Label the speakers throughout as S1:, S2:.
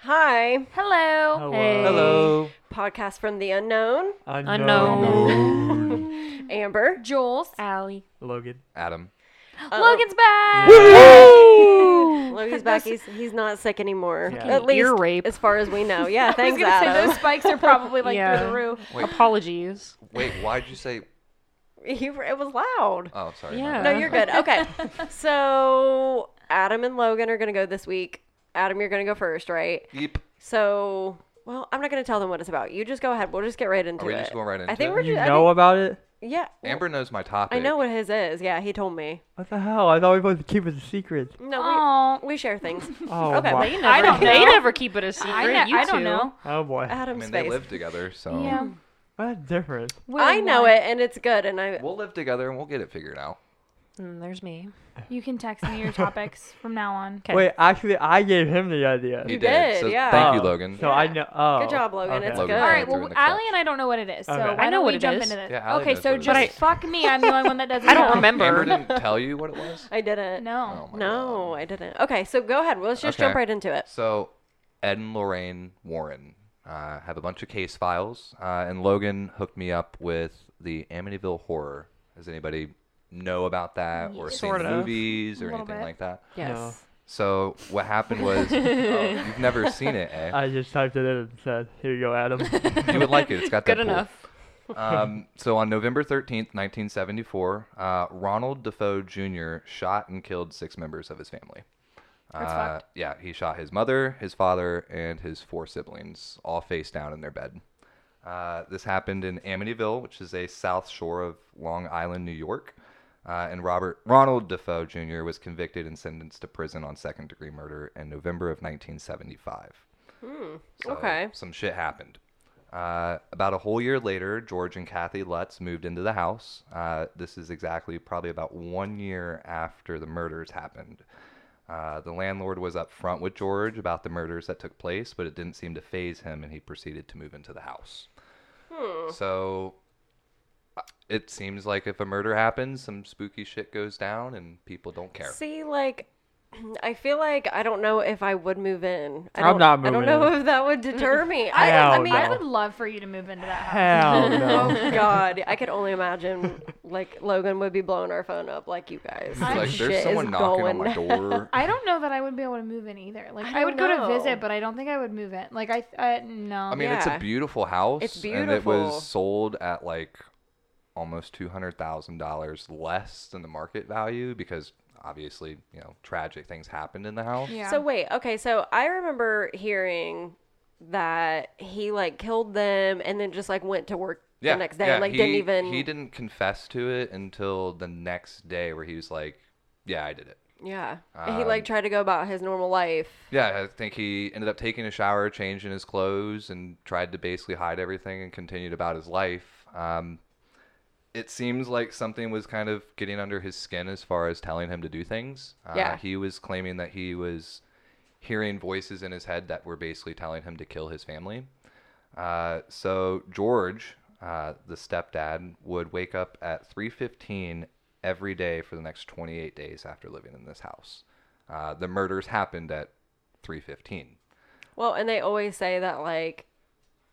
S1: Hi.
S2: Hello.
S3: Hey.
S4: Hello.
S1: Podcast from the unknown.
S3: Unknown.
S1: Amber.
S2: Jules. Allie.
S3: Logan.
S4: Adam.
S1: Uh,
S2: Logan's back.
S1: Oh, Logan's back. He's, he's not sick anymore.
S3: Yeah.
S1: At least
S5: ear rape.
S1: as far as we know. Yeah,
S2: I was
S1: thanks,
S2: gonna say
S1: Adam.
S2: those spikes are probably like
S5: Yeah.
S2: through the roof.
S4: Wait.
S5: Apologies.
S4: Wait, why'd you say?
S1: You were- it was loud.
S4: Oh, sorry. my
S5: Yeah.
S1: No,
S4: bad.
S1: you're good. Okay. so Adam and Logan are gonna go this week. Adam, you're gonna go first, right?
S4: Yeep.
S1: So, well, I'm not gonna tell them what it's about. You just go ahead. We'll just get right into
S4: Oh, we
S1: it.
S4: just going right
S1: I
S4: into
S1: think
S4: it?
S1: we're
S3: You
S1: just. I
S3: know about it?
S1: think- yeah.
S4: Amber knows my topic.
S1: I know what his is. Yeah, he told me.
S3: What the hell? I thought we were supposed to keep it a secret.
S1: No,
S2: Oh,
S1: we, we share things.
S3: Oh,
S1: Okay,
S3: my.
S1: wait.
S2: I don't know.
S5: They never keep it a secret.
S2: I, ne-
S5: you
S2: I don't
S5: two.
S2: know.
S3: Oh boy.
S4: I
S1: Adam's
S4: mean,
S1: face.
S4: they live together, so
S2: Yeah.
S3: What's different?
S1: I know it, and it's good. And I
S4: we'll live together and we'll get it figured out.
S5: Mm, there's me.
S2: You can text me your topics from now on.
S5: Okay.
S3: Wait, actually, I gave him the idea.
S1: You did,
S4: so
S1: yeah.
S4: Thank you,
S3: Oh,
S4: Logan.
S3: So I know. Oh,
S1: Good job, Logan. It's
S3: okay.
S1: good.
S2: All right.
S4: Doing
S2: Well,
S4: the class.
S2: Allie and I don't know what it is, so
S3: Okay. I
S2: why
S5: know
S2: don't
S5: what
S2: we
S5: it
S2: jump
S5: is.
S2: into this?
S4: Yeah, Allie
S2: okay,
S4: knows
S2: so
S4: what it
S2: just
S4: is.
S2: fuck me. I'm the only one that doesn't.
S5: I don't
S2: know.
S5: remember.
S4: Amber didn't tell you what it was. Oh,
S1: I didn't.
S2: No.
S4: my
S1: no,
S4: God.
S1: I didn't. Okay, so go ahead. Let's just
S4: Okay.
S1: jump right into it.
S4: So Ed and Lorraine Warren uh, have a bunch of case files, uh, and Logan hooked me up with the Amityville Horror. Does anybody know about that or seen
S3: Sort of.
S4: movies or
S2: Little
S4: anything
S2: bit.
S4: like that?
S3: No.
S4: So what happened was oh, you've never seen it, eh?
S3: I just typed it in and said, "Here you go, Adam."
S4: you would like it. It's got
S5: Good
S4: that
S5: enough.
S4: Pull. Um, so on November 13th, 1974, uh, Ronald Defoe Jr. shot and killed six members of his family.
S2: That's
S4: Uh, yeah, he shot his mother, his father, and his four siblings, all face down in their bed. Uh, this happened in Amityville, which is a south shore of Long Island, New York. Uh, and Robert Ronald Defoe Jr. was convicted and sentenced to prison on second degree murder in November of 1975. So
S1: Okay.
S4: Some shit happened. Uh, about a whole year later, George and Kathy Lutz moved into the house. Uh, this is exactly probably about one year after the murders happened. Uh, the landlord was up front with George about the murders that took place, but it didn't seem to phase him, and he proceeded to move into the house. So uh, it seems like if a murder happens, some spooky shit goes down, and people don't care.
S1: See, like, I feel like I don't know if I would move in. I don't-
S3: I'm not
S1: I don't
S3: moving
S1: know
S3: in.
S1: if that would deter me. I, I
S3: Hell
S1: mean,
S2: I
S3: no.
S2: would love for you to move into that house.
S3: Hell no.
S1: oh god, I could only imagine. Like Logan would be blowing our phone up, like you guys.
S4: It's like
S1: Shit is
S4: there's someone knocking
S1: going
S4: on my door.
S2: I don't know that I would be able to move in either. Like
S1: I
S2: I, would
S1: don't
S2: go to
S1: know.
S2: visit, but I don't think I would move in. Like I, I no.
S4: I mean, it's
S1: Yeah.
S4: a beautiful house.
S1: It's
S4: And it
S1: beautiful.
S4: was sold at like almost two hundred thousand dollars less than the market value because obviously, you know, tragic things happened in the house.
S2: yeah.
S1: So wait, okay, so I remember hearing that he like killed them and then just like went to work the next day, and, like
S4: he,
S1: didn't even.
S4: he didn't confess to it until the next day where he was like, Yeah, I did it.
S1: Yeah, And he
S4: Um,
S1: like tried to go about his normal life.
S4: Yeah, I think he ended up taking a shower, changing his clothes, and tried to basically hide everything and continued about his life. Um, it seems like something was kind of getting under his skin as far as telling him to do things. Uh,
S1: Yeah.
S4: He was claiming that he was hearing voices in his head that were basically telling him to kill his family. Uh, so George, uh, the stepdad, would wake up at 3:15 every day for the next 28 days after living in this house. Uh, the murders happened at 3:15.
S1: Well, and they always say that like,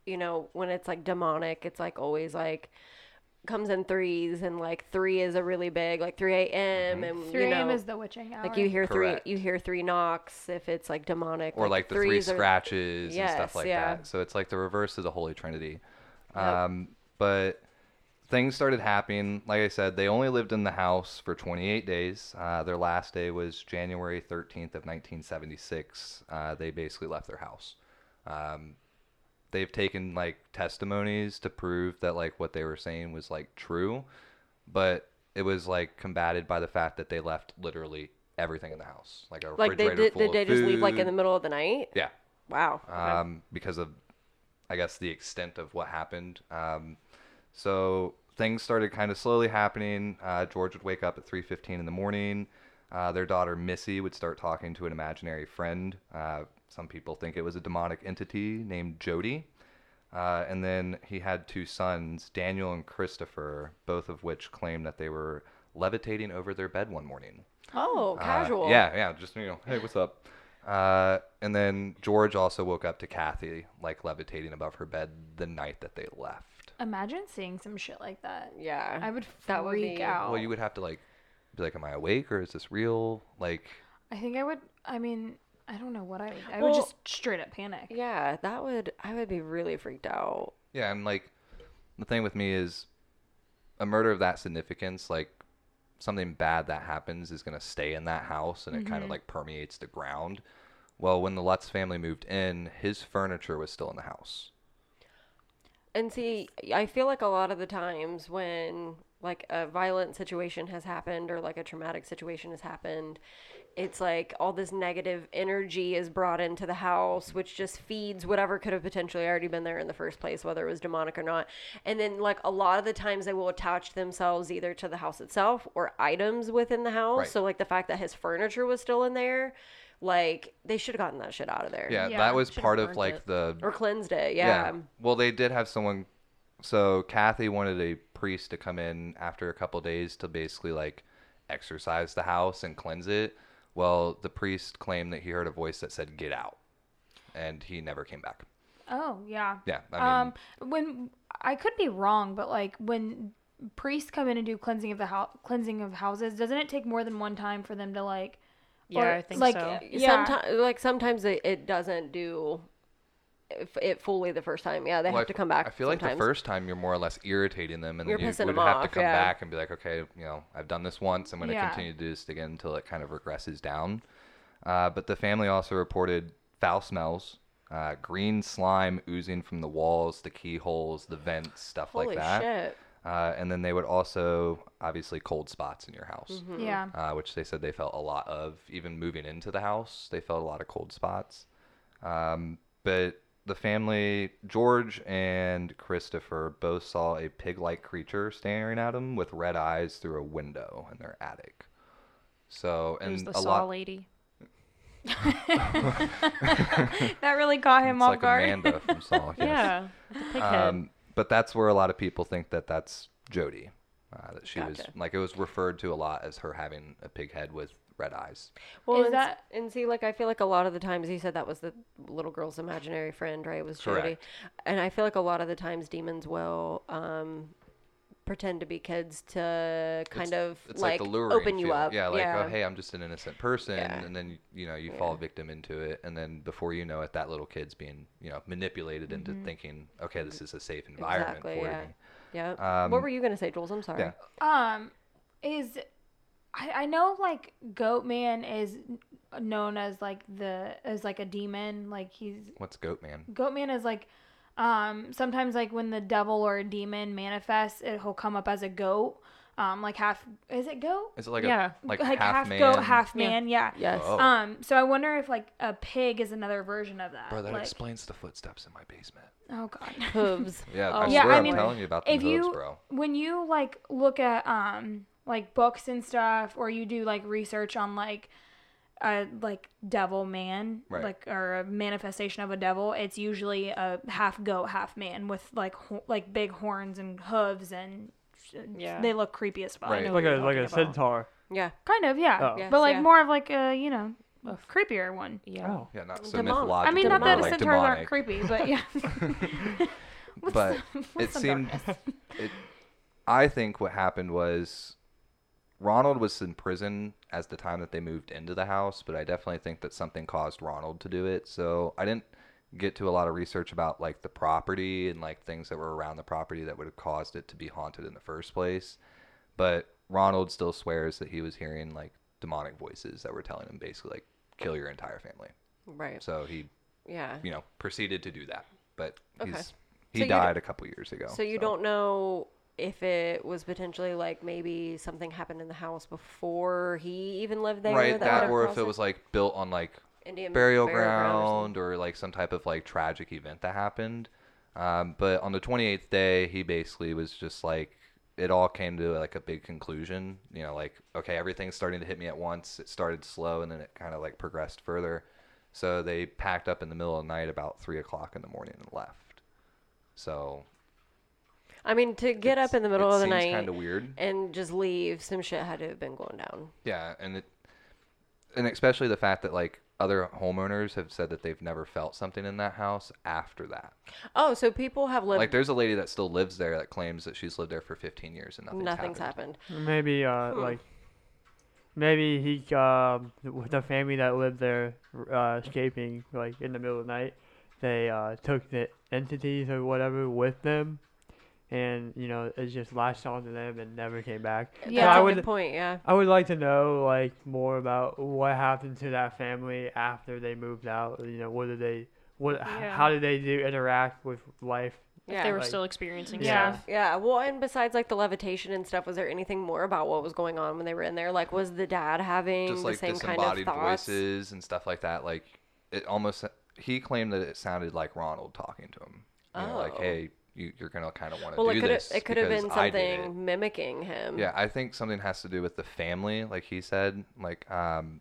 S1: you know, when it's like demonic, it's like always like comes in threes and like three is a really big like 3 a.m and
S2: 3
S1: you
S2: a.m.
S1: know,
S2: is the witching hour.
S1: like you hear
S4: Mm-hmm. Correct.
S1: three you hear three knocks if it's like demonic
S4: or like the three
S1: threes are-
S4: scratches and
S1: Yes,
S4: stuff like
S1: yeah.
S4: that. So it's like the reverse of the Holy Trinity. Um, But things started happening. Like I said, they only lived in the house for 28 days. Uh, their last day was January 13th of 1976. Uh, they basically left their house. Um, they've taken like testimonies to prove that like what they were saying was like true, but it was like combated by the fact that they left literally everything in the house, like a
S1: like they
S4: refrigerator
S1: did
S4: full
S1: did
S4: of
S1: they just leave like in the
S4: food.
S1: middle of the night
S4: yeah
S1: wow
S4: um, because of, I guess, the extent of what happened. Um, so things started kind of slowly happening. Uh, George would wake up at 3:15 in the morning. Uh, their daughter Missy would start talking to an imaginary friend. Uh, some people think it was a demonic entity named Jody. Uh, and then he had two sons, Daniel and Christopher, both of which claimed that they were levitating over their bed one morning.
S1: oh
S4: Uh,
S1: casual
S4: yeah, yeah. Just you know, hey, what's up? Uh, and then George also woke up to Kathy like levitating above her bed the night that they left.
S2: Imagine seeing some shit like that.
S1: Yeah.
S2: I would freak
S1: That would be-
S2: out.
S4: Well, you would have to like be like, "Am I awake or is this real?" Like,
S2: I think I would. I mean, I don't know what I would. I would
S1: Well-
S2: just straight up panic.
S1: yeah, that would I would be really freaked out.
S4: yeah, and like the thing with me is a murder of that significance, like something bad that happens is gonna stay in that house and it kind of like permeates the ground. Well, when the Lutz family moved in, his furniture was still in the house.
S1: And see, I feel like a lot of the times when like a violent situation has happened or like a traumatic situation has happened, it's like all this negative energy is brought into the house, which just feeds whatever could have potentially already been there in the first place, whether it was demonic or not. And then, like, a lot of the times they will attach themselves either to the house itself or items within the house.
S4: Right.
S1: So, like, the fact that his furniture was still in there, like, they should have gotten that shit out of there
S4: Yeah,
S2: Yeah,
S4: that was
S5: should've
S4: part of
S5: burned
S4: like
S5: it.
S4: the
S1: or cleansed it. Yeah.
S4: Well, they did have someone. So Kathy wanted a priest to come in after a couple days to basically like exercise the house and cleanse it. Well, the priest claimed that he heard a voice that said "Get out," and he never came back.
S2: Oh yeah.
S4: Yeah, I mean,
S2: um, when I could be wrong, but like when priests come in and do cleansing of the house, cleansing of houses, doesn't it take more than one time for them to like?
S5: Yeah,
S2: or,
S5: I think
S2: like,
S5: so.
S2: Yeah.
S1: Sometimes, like sometimes it, it doesn't do f- it fully the first time. Yeah, they
S4: well, I-
S1: have to come back.
S4: I feel like
S1: sometimes.
S4: the first time you're more or less irritating them, and
S1: You're
S4: then you
S1: pissing
S4: would
S1: them
S4: have to
S1: off,
S4: come
S1: yeah.
S4: back and be like, okay, you know, I've done this once. I'm going to
S2: Yeah.
S4: continue to do this again until it kind of regresses down. Uh, but the family also reported foul smells, uh, green slime oozing from the walls, the keyholes, the vents, stuff
S1: Holy
S4: like that.
S1: shit!
S4: Uh, and then they would also obviously cold spots in your
S1: Mm-hmm.
S4: house,
S2: Yeah.
S4: uh, which they said they felt a lot of. Even moving into the house, they felt a lot of cold spots. Um, but the family, George and Christopher, both saw a pig-like creature staring at them with red eyes through a window in their attic. So,
S5: It
S2: um,
S5: was
S4: and
S5: the
S4: a
S5: saw
S4: lot.
S5: lady.
S2: That really caught him
S4: It's
S2: off
S4: like
S2: guard.
S4: Amanda from Saw. yes.
S5: Yeah. The pig head.
S4: Um, but that's where a lot of people think that that's Jody. Uh, that she was
S1: Gotcha.
S4: like it was referred to a lot as her having a pig head with red eyes.
S1: Well,
S2: Is
S1: and,
S2: that-
S1: that... and see, like I feel like a lot of the times you said that was the little girl's imaginary friend, right? It was Jody,
S4: Correct.
S1: and I feel like a lot of the times demons will um, pretend to be kids to kind of
S4: It's like, the luring
S1: open you
S4: feel.
S1: up.
S4: Yeah, like oh hey, I'm just an innocent person,
S1: Yeah.
S4: and then you know you fall victim into it, and then before you know it, that little kid's being you know manipulated into thinking okay, this is a safe environment
S1: Mm-hmm. Exactly,
S4: for
S1: yeah.
S4: me.
S1: yeah.
S4: Um,
S1: what were you gonna say, Jules? I'm sorry.
S4: Yeah.
S2: um, is I, I know like Goat Man is n- known as like the as like a demon. Like he's
S4: What's Goat Man?
S2: Goat Man is like um sometimes like when the devil or a demon manifests, it, he'll come up as a goat. Um, like half is it goat?
S4: Is it like
S5: Yeah.
S4: a like, half, man?
S2: goat, half
S5: Yeah.
S2: man. Yeah.
S1: Yes.
S4: Oh.
S2: Um, so I wonder if like a pig is another version of that.
S4: Bro, that
S2: like,
S4: explains the footsteps in my basement.
S2: oh god.
S1: Hooves.
S4: Yeah,
S1: Oh.
S4: I
S2: Yeah,
S4: swear
S2: I
S4: I'm
S2: mean,
S4: telling you about the
S2: if
S4: hooves,
S2: you
S4: bro.
S2: when you like look at um like books and stuff or you do like research on like a like devil man
S4: Right.
S2: like or a manifestation of a devil it's usually a half goat half man with like ho- like big horns and hooves and
S5: Yeah.
S2: they look creepy as fuck
S4: Right.
S5: know
S3: Like
S5: what
S3: a
S5: you're
S3: like a
S5: talking about.
S3: centaur.
S1: Yeah.
S2: kind of yeah
S3: Oh.
S1: Yes,
S2: but like
S1: yeah.
S2: more of like a you know a creepier one
S5: Yeah.
S3: Oh.
S4: Yeah, not so
S1: Demon- I mean,
S4: mythological.
S2: I mean, not
S4: more
S2: that
S4: like
S2: centaurs aren't
S4: demonic.
S2: creepy, but yeah. With
S4: But
S2: some- with
S4: it
S2: some
S4: seemed
S2: darkness.
S4: it, i think what happened was ronald was in prison as the time that they moved into the house but i definitely think that something caused ronald to do it so i didn't get to a lot of research about like the property and like things that were around the property that would have caused it to be haunted in the first place but ronald still swears that he was hearing like demonic voices that were telling him basically like kill your entire family
S1: Right.
S4: so he
S1: Yeah.
S4: you know proceeded to do that but
S1: Okay.
S4: he's
S1: So
S4: he
S1: you d-
S4: died a couple years ago
S1: So you don't know if it was potentially like maybe something happened in the house before he even lived there.
S4: right that,
S1: would've
S4: or if
S1: caused
S4: it was like built on like
S1: Indian
S4: burial,
S1: or
S4: ground
S1: something.
S4: or, like some type of like tragic event that happened um, but on the 28th day he basically was just like it all came to like a big conclusion you know like okay everything's starting to hit me at once it started slow and then it kind of like progressed further so they packed up in the middle of the night about three o'clock in the morning and left so
S1: I mean, to get up in the middle of the night
S4: kind of weird
S1: and just leave, some shit had to have been going down.
S4: Yeah, and it, and especially the fact that like other homeowners have said that they've never felt something in that house after that.
S1: Oh, so people have lived.
S4: Like, there's a lady that still lives there that claims that she's lived there for 15 years and nothing's,
S1: nothing's
S4: happened.
S1: happened.
S3: Maybe uh like maybe he um with the family that lived there uh escaping like in the middle of the night, they uh took the entities or whatever with them and you know, it just latched onto them and never came back.
S2: Yeah.
S1: That's
S3: I
S1: a
S3: would
S1: good point. Yeah.
S3: I would like to know like more about what happened to that family after they moved out. You know, what did they what h-
S5: Yeah.
S3: how did they do interact with life?
S5: If they
S1: Yeah.
S5: were
S3: like-
S5: still experiencing
S2: Yeah.
S5: stuff.
S1: Yeah. Well, and besides like the levitation and stuff, was there anything more about what was going on when they were in there? Like, was the dad having
S4: Just like
S1: the same kind of
S4: disembodied
S1: thoughts?
S4: voices and stuff like that. Like, it almost, he claimed that it sounded like Ronald talking to him. You know, like,
S1: Oh.
S4: hey, you, you're going to kind of want to
S1: Well,
S4: do
S1: it could
S4: this.
S1: it could have been
S4: because I did it.
S1: something mimicking him.
S4: Yeah, I think something has to do with the family, like he said. Like, um,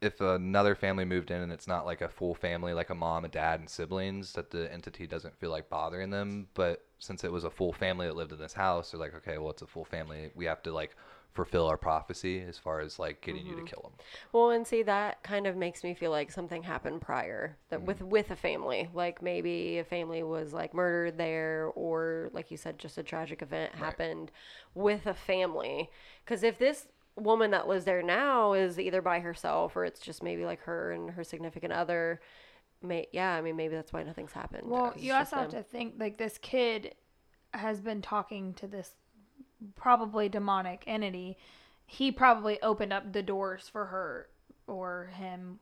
S4: if another family moved in and it's not like a full family, like a mom, a dad, and siblings, that the entity doesn't feel like bothering them. But since it was a full family that lived in this house, they're like, okay, well, it's a full family. We have to like fulfill our prophecy as far as like getting
S1: Mm-hmm.
S4: you to kill them.
S1: Well, and see that kind of makes me feel like something happened prior that with with a family, like maybe a family was like murdered there, or like you said, just a tragic event happened with a family. Because if this woman that lives there now is either by herself or it's just maybe like her and her significant other, may yeah, I mean maybe that's why nothing's happened.
S2: Well,
S1: It's
S2: you
S1: just
S2: also have
S1: them.
S2: to think like this kid has been talking to this probably demonic entity. He probably opened up the doors for her or him.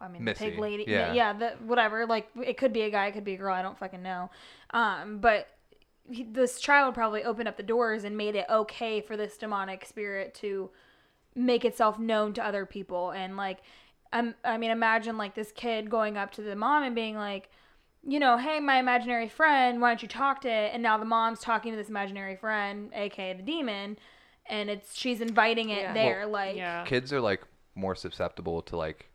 S2: I mean, the
S4: Missy,
S2: pig lady.
S4: yeah.
S2: Yeah, yeah the, whatever. Like, it could be a guy, it could be a girl. I don't fucking know. Um, but he, this child probably opened up the doors and made it okay for this demonic spirit to make itself known to other people and like um, i mean imagine like this kid going up to the mom and being like you know hey my imaginary friend why don't you talk to it and now the mom's talking to this imaginary friend aka the demon and it's she's inviting it
S1: Yeah.
S2: there
S4: Well,
S2: like
S5: Yeah.
S4: Kids are like more susceptible to like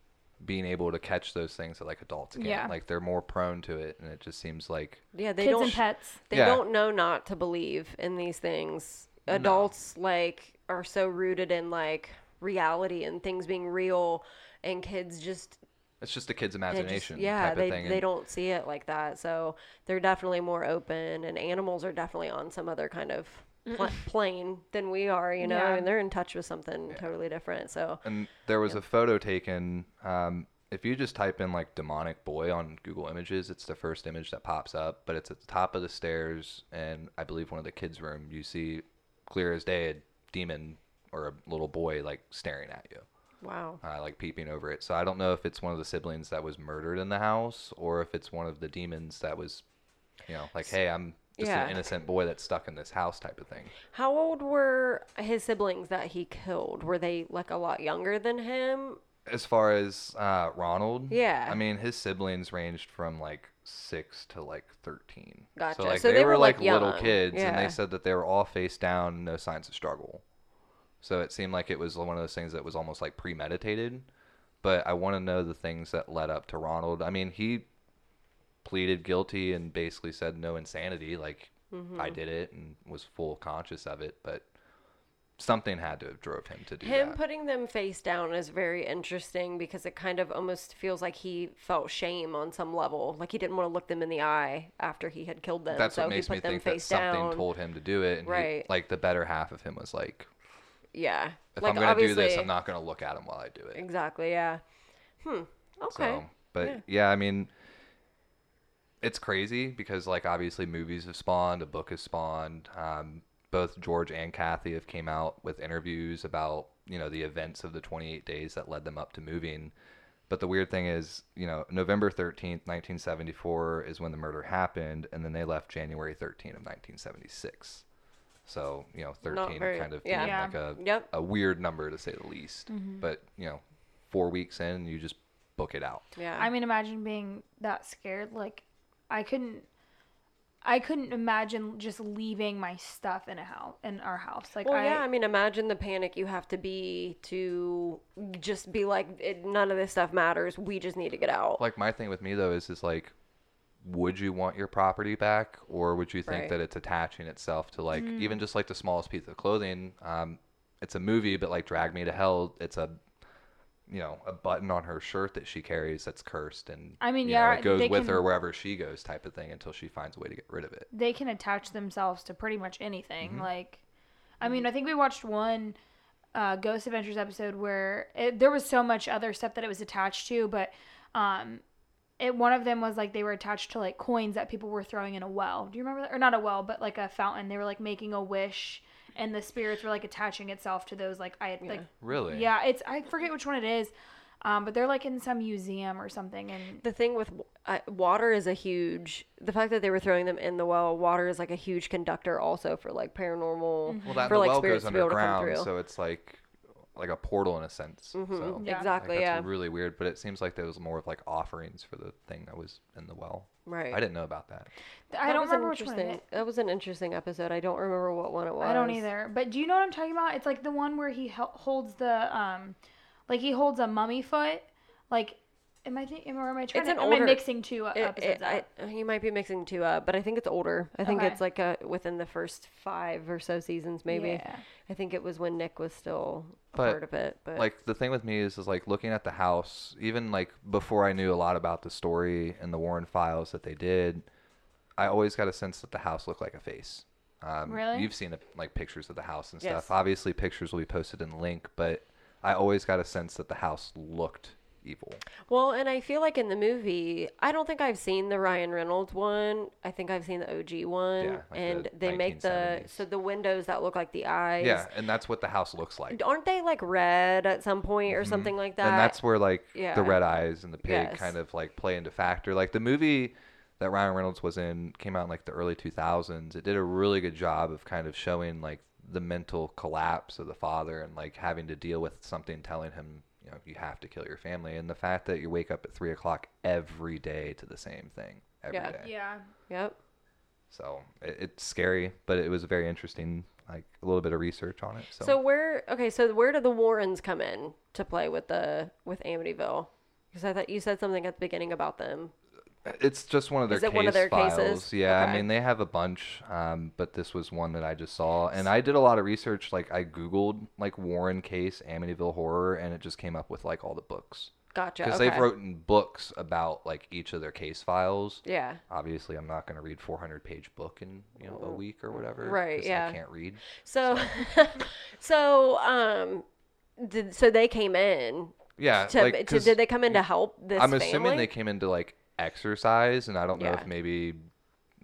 S4: being able to catch those things that like adults can't.
S2: Yeah.
S4: Like they're more prone to it, and it just seems like
S1: yeah, they
S2: kids
S1: don't
S2: and pets
S1: they
S4: Yeah.
S1: don't know not to believe in these things. Adults like are so rooted in like reality and things being real and kids just
S4: it's just a kid's
S1: they
S4: imagination.
S1: just yeah
S4: type of
S1: they,
S4: thing.
S1: they
S4: and-
S1: don't see it like that so they're definitely more open and animals are definitely on some other kind of pl- plane than we are you know
S2: Yeah.
S1: I mean, they're in touch with something totally different so
S4: And there was a photo taken. Um, if you just type in like demonic boy on Google Images, it's the first image that pops up, but it's at the top of the stairs, and I believe one of the kids' room. You see clear as day a demon or a little boy like staring at you,
S1: wow
S4: uh, like peeping over it. So I don't know if it's one of the siblings that was murdered in the house or if it's one of the demons that was, you know, like, hey, I'm just
S1: Yeah.
S4: an innocent boy that's stuck in this house type of thing.
S1: how old were his siblings that he killed were they like a lot younger than him
S4: as far as uh, Ronald,
S1: Yeah.
S4: I mean his siblings ranged from like six to like thirteen.
S1: Gotcha.
S4: So like
S1: So
S4: they, were, like, little
S1: young.
S4: kids, and
S1: Yeah.
S4: they said that they were all face down, no signs of struggle. So it seemed like it was one of those things that was almost like premeditated. But I want to know the things that led up to Ronald. I mean, he pleaded guilty and basically said no insanity, like
S1: Mm-hmm.
S4: I did it and was full conscious of it. But something had to have drove him to do
S1: him
S4: that.
S1: putting them face down is very interesting because it kind of almost feels like he felt shame on some level like he didn't want to look them in the eye after he had killed them
S4: That's
S1: Uh, so
S4: what makes
S1: he put
S4: me
S1: them
S4: think that
S1: face
S4: something
S1: down
S4: told him to do it. And he-
S1: Right.
S4: like the better half of him was like,
S1: yeah
S4: if
S1: like
S4: I'm going to do
S1: obviously
S4: this, I'm not going to look at him while I do it.
S1: Exactly. Yeah. Hmm. Okay.
S4: So, but yeah. I mean, it's crazy because like obviously movies have spawned, a book has spawned. Um, both George and Kathy have came out with interviews about you know the events of the 28 days that led them up to moving. But the weird thing is, you know, November 13th, 1974 is when the murder happened, and then they left January 13th of 1976. So, you know, 13
S1: very-
S4: kind of
S1: yeah.
S4: being
S5: Yeah.
S4: like a
S1: Yep.
S4: a weird number to say the least.
S2: Mm-hmm.
S4: But, you know, 4 weeks in, you just book it out.
S1: Yeah.
S2: I mean, imagine being that scared. Like, I couldn't, I couldn't imagine just leaving my stuff in a house in our house. Like,
S1: well,
S2: I,
S1: yeah. I mean, imagine the panic you have to be to just be like, it, none of this stuff matters. We just need to get out.
S4: like my thing with me though is is like would you want your property back or would you think
S1: Right.
S4: that it's attaching itself to like
S2: Mm-hmm.
S4: even just like the smallest piece of clothing um it's a movie but like drag me to hell it's a you know, a button on her shirt that she carries that's cursed and
S2: I mean,
S4: you know,
S2: yeah,
S4: it goes
S2: they
S4: with
S2: can-
S4: her wherever she goes type of thing until she finds a way to get rid of it.
S2: they can attach themselves to pretty much anything. Like, I mean, I think we watched one uh, Ghost Adventures episode where it, there was so much other stuff that it was attached to, but um, it one of them was like they were attached to like coins that people were throwing in a well. Do you remember that? Or not a well, but like a fountain. They were like making a wish, and the spirits were like attaching itself to those. Like I like
S4: Really?
S2: yeah, it's I forget which one it is. Um, but they're like in some museum or something, and
S1: the thing with uh, water is a huge the fact that they were throwing them in the well water is like a huge conductor also for like paranormal
S4: Well, that
S1: for
S4: the
S1: like
S4: well
S1: spirits
S4: goes
S1: to be able to come through
S4: underground, so it's like like a portal in a sense. So
S2: Mm-hmm. Yeah.
S1: exactly
S4: like,
S1: yeah
S4: that's really weird, but it seems like there was more of like offerings for the thing that was in the well.
S1: right
S4: I didn't know about that.
S2: I
S1: That
S2: don't
S1: was an
S2: remember which one. It is.
S1: interesting- that was an interesting episode i don't remember what one it was
S2: I don't either. But do you know what I'm talking about? It's like the one where he hel- holds the um, like he holds a mummy foot. Like, am I thinking? Or am I trying?
S1: It's
S2: to,
S1: an
S2: am I
S1: older-
S2: mixing two uh,
S1: It, it,
S2: episodes?
S1: I,
S2: up?
S1: you might be mixing two up, but I think it's older. I think
S2: Okay.
S1: it's like a within the first five or so seasons, maybe.
S2: Yeah.
S1: I think it was when Nick was still a
S4: But,
S1: part of it. But
S4: like the thing with me is is like looking at the house even like before i knew a lot about the story and the warren files that they did i always got a sense that the house looked like a face um,
S2: Really?
S4: you've seen like pictures of the house and
S1: Yes.
S4: stuff obviously pictures will be posted in the link but i always got a sense that the house looked evil
S1: Well, and I feel like in the movie, I don't think I've seen the Ryan Reynolds one. I think I've seen the OG one,
S4: Yeah, like the
S1: and they make the
S4: 1970s.
S1: so the windows that look like the eyes.
S4: yeah and that's what the house looks like Mm-hmm.
S1: aren't they like red at some point or something like that?
S4: and that's where like
S1: yeah.
S4: the red eyes and the pig
S1: Yes.
S4: kind of like play into factor like the movie that ryan reynolds was in came out in like the early 2000s it did a really good job of kind of showing like the mental collapse of the father and like having to deal with something telling him you know you have to kill your family and the fact that you wake up at three o'clock every day to the same thing every day.
S1: Yeah.
S2: Yeah.
S1: yep.
S4: so it, it's scary but it was very interesting like a little bit of research on it so,
S1: So. where okay, so where do the Warrens come in to play with the with Amityville? Because I thought you said something at the beginning about them.
S4: It's just one of their
S1: Is it
S4: case
S1: one of their
S4: files.
S1: cases?
S4: Yeah,
S1: Okay.
S4: I mean they have a bunch, um, but this was one that I just saw, and I did a lot of research. Like I googled like Warren case Amityville horror, and it just came up with like all the books
S1: Gotcha.
S4: because
S1: okay.
S4: they've written books about like each of their case files.
S1: Yeah.
S4: Obviously, I'm not going to read 400 page book in you know a week or whatever.
S1: Right,
S4: 'cause
S1: yeah.
S4: I can't read.
S1: So so um did so they came in
S4: Yeah.
S1: to,
S4: Uh, like,
S1: to
S4: 'cause
S1: did they come in to help this
S4: I'm assuming
S1: family?
S4: they came in to like exercise, and I don't know
S1: Yeah.
S4: if maybe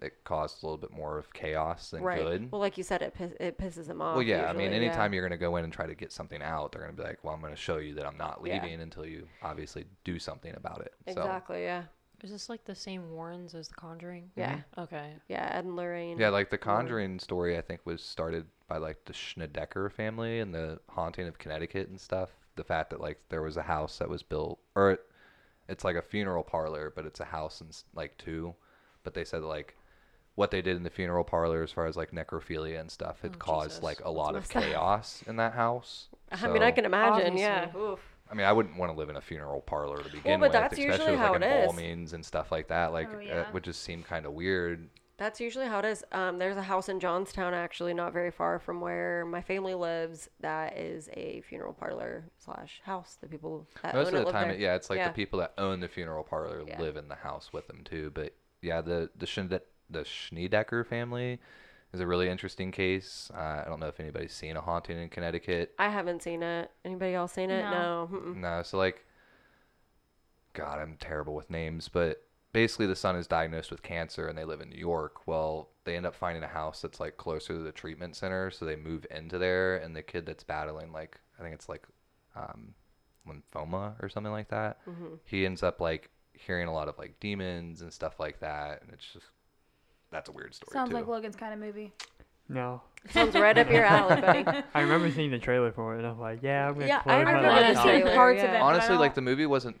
S4: it caused a little bit more of chaos than
S1: right.
S4: good.
S1: Well, like you said, it piss, it pisses them off.
S4: Well, yeah. I mean,
S1: usually, yeah.
S4: anytime you're going to go in and try to get something out, they're going to be like, "Well, I'm going to show you that I'm not
S1: Yeah.
S4: leaving until you obviously do something about it."
S1: exactly, yeah,
S5: Is this like the same Warrens as The Conjuring?
S1: yeah,
S5: Okay.
S1: yeah, Ed and Lorraine.
S4: So, yeah, like the Conjuring story, I think was started by like the Schnedecker family and the haunting of Connecticut and stuff. The fact that like there was a house that was built, or it, it's like a funeral parlor, but it's a house and s- like two. But they said like what they did in the funeral parlor, as far as like necrophilia and stuff, had caused
S5: Jesus.
S4: like a lot of
S1: Oh, messed up.
S4: chaos in that house.
S1: I mean, I
S4: So-
S1: can imagine. Yeah,
S5: Obviously.
S1: Oof.
S4: I mean, I wouldn't want to live in a funeral parlor to begin
S1: but
S4: with,
S1: that's
S4: especially
S1: usually
S4: with
S1: how
S4: like
S1: it is.
S4: embalmings and stuff like that. Like,
S2: Oh,
S4: uh,
S2: yeah.
S4: would just seem kind of weird.
S1: That's usually how it is. Um, there's a house in Johnstown, actually, not very far from where my family lives. That is a funeral parlor slash house. The people that
S4: Most
S1: own
S4: of
S1: it
S4: the
S1: live
S4: time,
S1: there.
S4: it- yeah, it's like
S1: Yeah.
S4: the people that own the funeral parlor
S1: Yeah.
S4: live in the house with them too. But yeah, the the Schneide- the Schneedecker family is a really interesting case. Uh, I don't know if anybody's seen a haunting in Connecticut.
S1: I haven't seen it. Anybody else seen it? No.
S2: No.
S1: Mm-mm.
S4: No, so like, God, I'm terrible with names, but basically the son is diagnosed with cancer and they live in New York. Well, they end up finding a house that's like closer to the treatment center, so they move into there, and the kid that's battling like I think it's like um, lymphoma or something like that,
S2: Mm-hmm.
S4: he ends up like hearing a lot of like demons and stuff like that, and it's just that's a weird story
S2: Sounds
S4: too.
S2: like Logan's kind of movie.
S3: No.
S1: Sounds right up your alley, buddy.
S3: I remember seeing the trailer for it, and I'm like, yeah, I'm gonna
S1: Yeah, I
S3: close my
S2: remember
S5: the
S3: laptop.
S5: trailer.
S2: parts of it. but I
S4: honestly like
S2: don't-
S4: the movie wasn't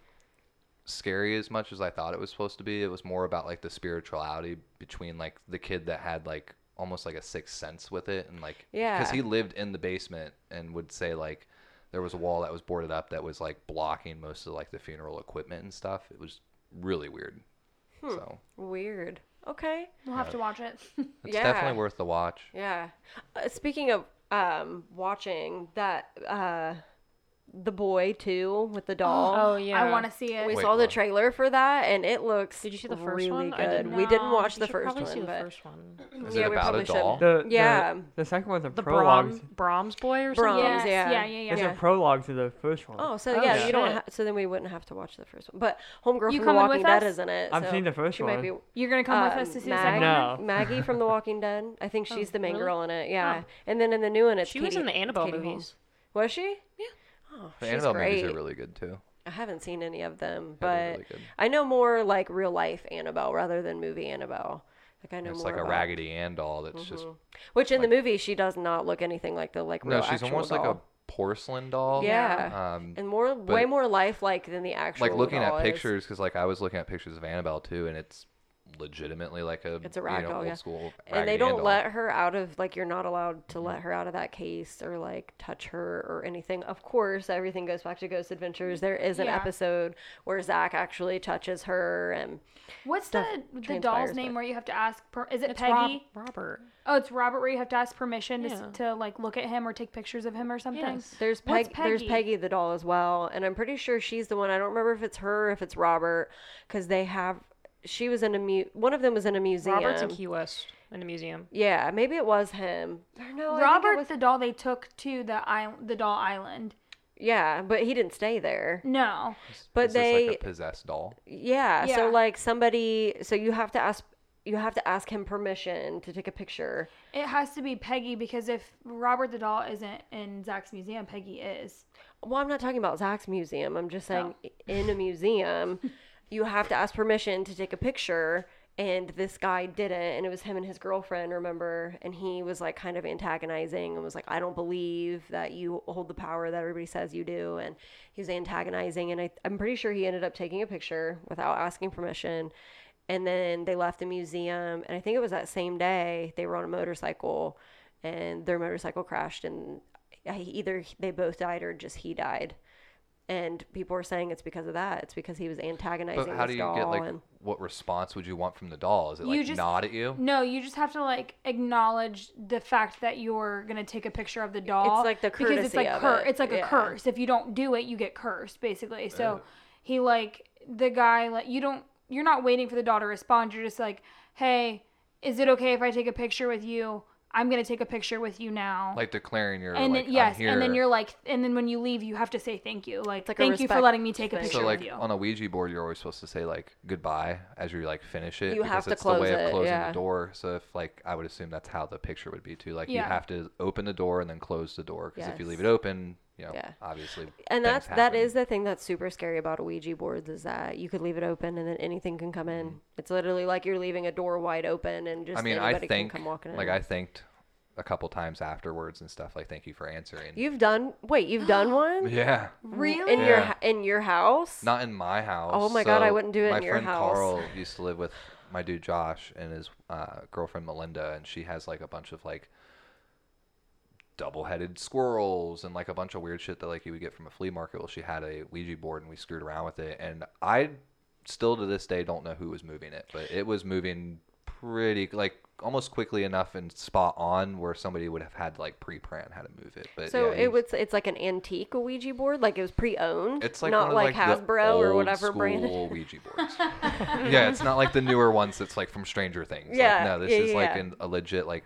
S4: scary as much as i thought it was supposed to be it was more about like the spirituality between like the kid that had like almost like a sixth sense with it and like
S1: Yeah.
S4: because he lived in the basement and would say like there was a wall that was boarded up that was like blocking most of like the funeral equipment and stuff it was really weird
S1: Hmm.
S4: so
S1: Weird. Okay.
S2: We'll have to watch it.
S4: it's
S1: Yeah.
S4: definitely worth the watch
S1: Yeah. Uh, speaking of um, watching that uh, the boy too with the doll.
S5: Oh yeah.
S2: I want to see it.
S1: We
S4: Wait,
S1: saw the
S4: what?
S1: trailer for that, and it looks.
S5: Did you see the first
S1: really
S5: one?
S1: Good.
S5: I didn't.
S1: We didn't
S2: No,
S1: watch
S5: You
S1: the
S5: should
S1: first
S5: probably
S1: one,
S5: see the
S1: but
S5: first one.
S4: Is
S1: Yeah,
S4: it
S1: we
S4: about a
S1: probably
S4: doll?
S1: shouldn't.
S3: The, the-
S1: Yeah.
S3: The, second one's a
S5: The
S3: prologue.
S5: Brom, Brahms boy or
S1: Brom.
S5: something.
S1: Brahms,
S2: Yes,
S1: yeah.
S2: yeah, yeah,
S3: It's
S2: yeah.
S3: a prologue to the first one.
S1: oh, so
S5: Oh,
S1: yeah, you don't.
S5: shit.
S1: Ha- so then we wouldn't have to watch the first one. But Homegirl
S2: You
S1: from The
S2: coming
S1: Walking
S2: with
S1: Dead
S2: us?
S1: is in it.
S3: I've
S1: so
S3: seen the first
S1: she Might
S3: one.
S1: be,
S2: You're gonna come
S1: um,
S2: with us to see the
S1: Maggie,
S2: second
S3: No.
S2: one?
S1: Maggie from The Walking Dead. I think she's the main
S5: Oh, really?
S1: girl in it. Yeah. And then in the new one, it's
S5: She was
S1: Katie-
S5: in the Annabelle
S1: Katie Holmes.
S5: movies.
S1: Was she?
S5: Yeah.
S1: Oh,
S4: The
S1: she's
S4: Annabelle
S1: great.
S4: movies are really good too.
S1: I haven't seen any of them,
S4: Yeah,
S1: but
S4: they're really good.
S1: I know more like real life Annabelle rather than movie Annabelle. Like I know
S4: It's
S1: more
S4: like
S1: about-
S4: a
S1: Mm-hmm.
S4: Raggedy Ann doll that's just
S1: Which in the movie she does not look anything like the like real
S4: no, she's
S1: actual
S4: almost like a
S1: doll.
S4: porcelain doll.
S1: Yeah.
S4: Um,
S1: and more way more lifelike than the actual.
S4: like looking
S1: doll
S4: at
S1: is.
S4: pictures because like I was looking at pictures of Annabelle too, and it's legitimately like a
S1: It's a
S4: you
S1: rag
S4: know,
S1: doll,
S4: old
S1: yeah.
S4: school.
S1: And
S4: Raggedy Mm-hmm.
S1: they
S4: Ann
S1: don't
S4: doll.
S1: let her out of like you're not allowed to let her out of that case or like touch her or anything. Of course, everything goes back to Ghost Adventures. There is an
S2: Yeah.
S1: episode where Zach actually touches her and
S2: What's
S1: stuff
S2: the the
S1: transpires,
S2: doll's name
S1: but-
S2: where you have to ask? Per- is it
S5: It's
S2: Peggy?
S5: Rob- Robert.
S2: Oh, it's Robert where you have to ask permission to,
S5: Yeah.
S2: s to like look at him or take pictures of him or something.
S5: Yes.
S1: There's
S2: What's
S1: Peg- There's
S2: Peggy?
S1: Peggy the doll as well, and I'm pretty sure she's the one. I don't remember if it's her, or if it's Robert, because they have. She was in a mu. One of them was in a museum.
S5: Robert's in Key West in the museum.
S1: yeah, maybe it was him. Or no, I think it
S2: Robert,
S1: was-
S2: the doll they took to the isl- the doll island.
S1: yeah, but he didn't stay there.
S2: No,
S1: But
S4: Is this
S1: they-
S4: like a possessed doll.
S1: Yeah,
S2: Yeah.
S1: So like somebody. So you have to ask. You have to ask him permission to take a picture.
S2: it has to be Peggy because if Robert the doll isn't in Zach's museum, Peggy is.
S1: Well, I'm not talking about Zach's museum. I'm just saying in a museum, you have to ask permission to take a picture. And this guy didn't. And it was him and his girlfriend, remember? And he was like kind of antagonizing and was like, I don't believe that you hold the power that everybody says you do. And he was antagonizing. And I, I'm pretty sure he ended up taking a picture without asking permission. And then they left the museum. And I think it was that same day they were on a motorcycle and their motorcycle crashed. And I- either they both died or just he died. And people are saying it's because of that. It's because he was antagonizing
S4: But how
S1: this
S4: do you
S1: doll.
S4: get like
S1: and
S4: what response would you want from the doll? Is it
S2: You
S4: like
S2: just-
S4: nod at you?
S2: No, you just have to like acknowledge the fact that you're gonna take a picture of the doll.
S1: like the
S2: because it's
S1: courtesy
S2: like
S1: of
S2: cur-
S1: it.
S2: it's like
S1: Yeah.
S2: a curse. If you don't do it, you get cursed basically. So he like the guy like you don't you're not waiting for the doll to respond. You're just like, hey, is it okay if I take a picture with you? I'm gonna take a picture with you now.
S4: Like declaring your
S2: and
S4: like,
S2: then yes,
S4: I'm here.
S2: and then you're like, and then when you leave, you have to say thank you. Like,
S1: like a
S2: thank you for
S1: respect
S2: letting me take a
S1: thing.
S2: picture
S4: so like
S2: with you.
S4: on a Ouija board, you're always supposed to say like goodbye as you like finish it.
S1: You
S4: because
S1: have to
S4: it's the way
S1: close it,
S4: of closing
S1: yeah.
S4: the door. So if like I would assume that's how the picture would be too. Like
S2: Yeah.
S4: you have to open the door and then close the door because if you leave
S1: Yes.
S4: it open, you know,
S1: Yeah.
S4: obviously.
S1: and
S4: things
S1: that's that
S4: happen.
S1: is the thing that's super scary about Ouija boards is that you could leave it open and then anything can come in. It's literally like you're leaving a door wide open and just
S4: Mm-hmm. I mean, I
S1: anybody
S4: think
S1: can come walking in.
S4: like I thanked a couple times afterwards and stuff. Like thank you for answering.
S1: You've done wait, you've done one
S4: yeah.
S2: really?
S1: in your
S4: Yeah.
S1: ho- in your house.
S4: Not in my house.
S1: Oh my God, I
S4: So
S1: wouldn't do it
S4: My
S1: in your
S4: friend
S1: house.
S4: Carl used to live with my dude Josh and his uh, girlfriend Melinda, and she has like a bunch of like double-headed squirrels and like a bunch of weird shit that like you would get from a flea market. Well, she had a Ouija board, and we screwed around with it. And I still to this day don't know who was moving it, but it was moving pretty like almost quickly enough and spot on where somebody would have had to, like pre-plan how to move it. But
S1: so
S4: yeah, he-
S1: it was it's like an antique Ouija board, like it was pre-owned.
S4: it's like
S1: not
S4: one of,
S1: like,
S4: the
S1: Hasbro or
S4: old
S1: whatever brand.
S4: school Ouija boards. yeah, it's not like the newer ones that's like from Stranger Things. Like,
S1: Yeah,
S4: no, this
S1: yeah,
S4: is like
S1: yeah.
S4: an, a legit like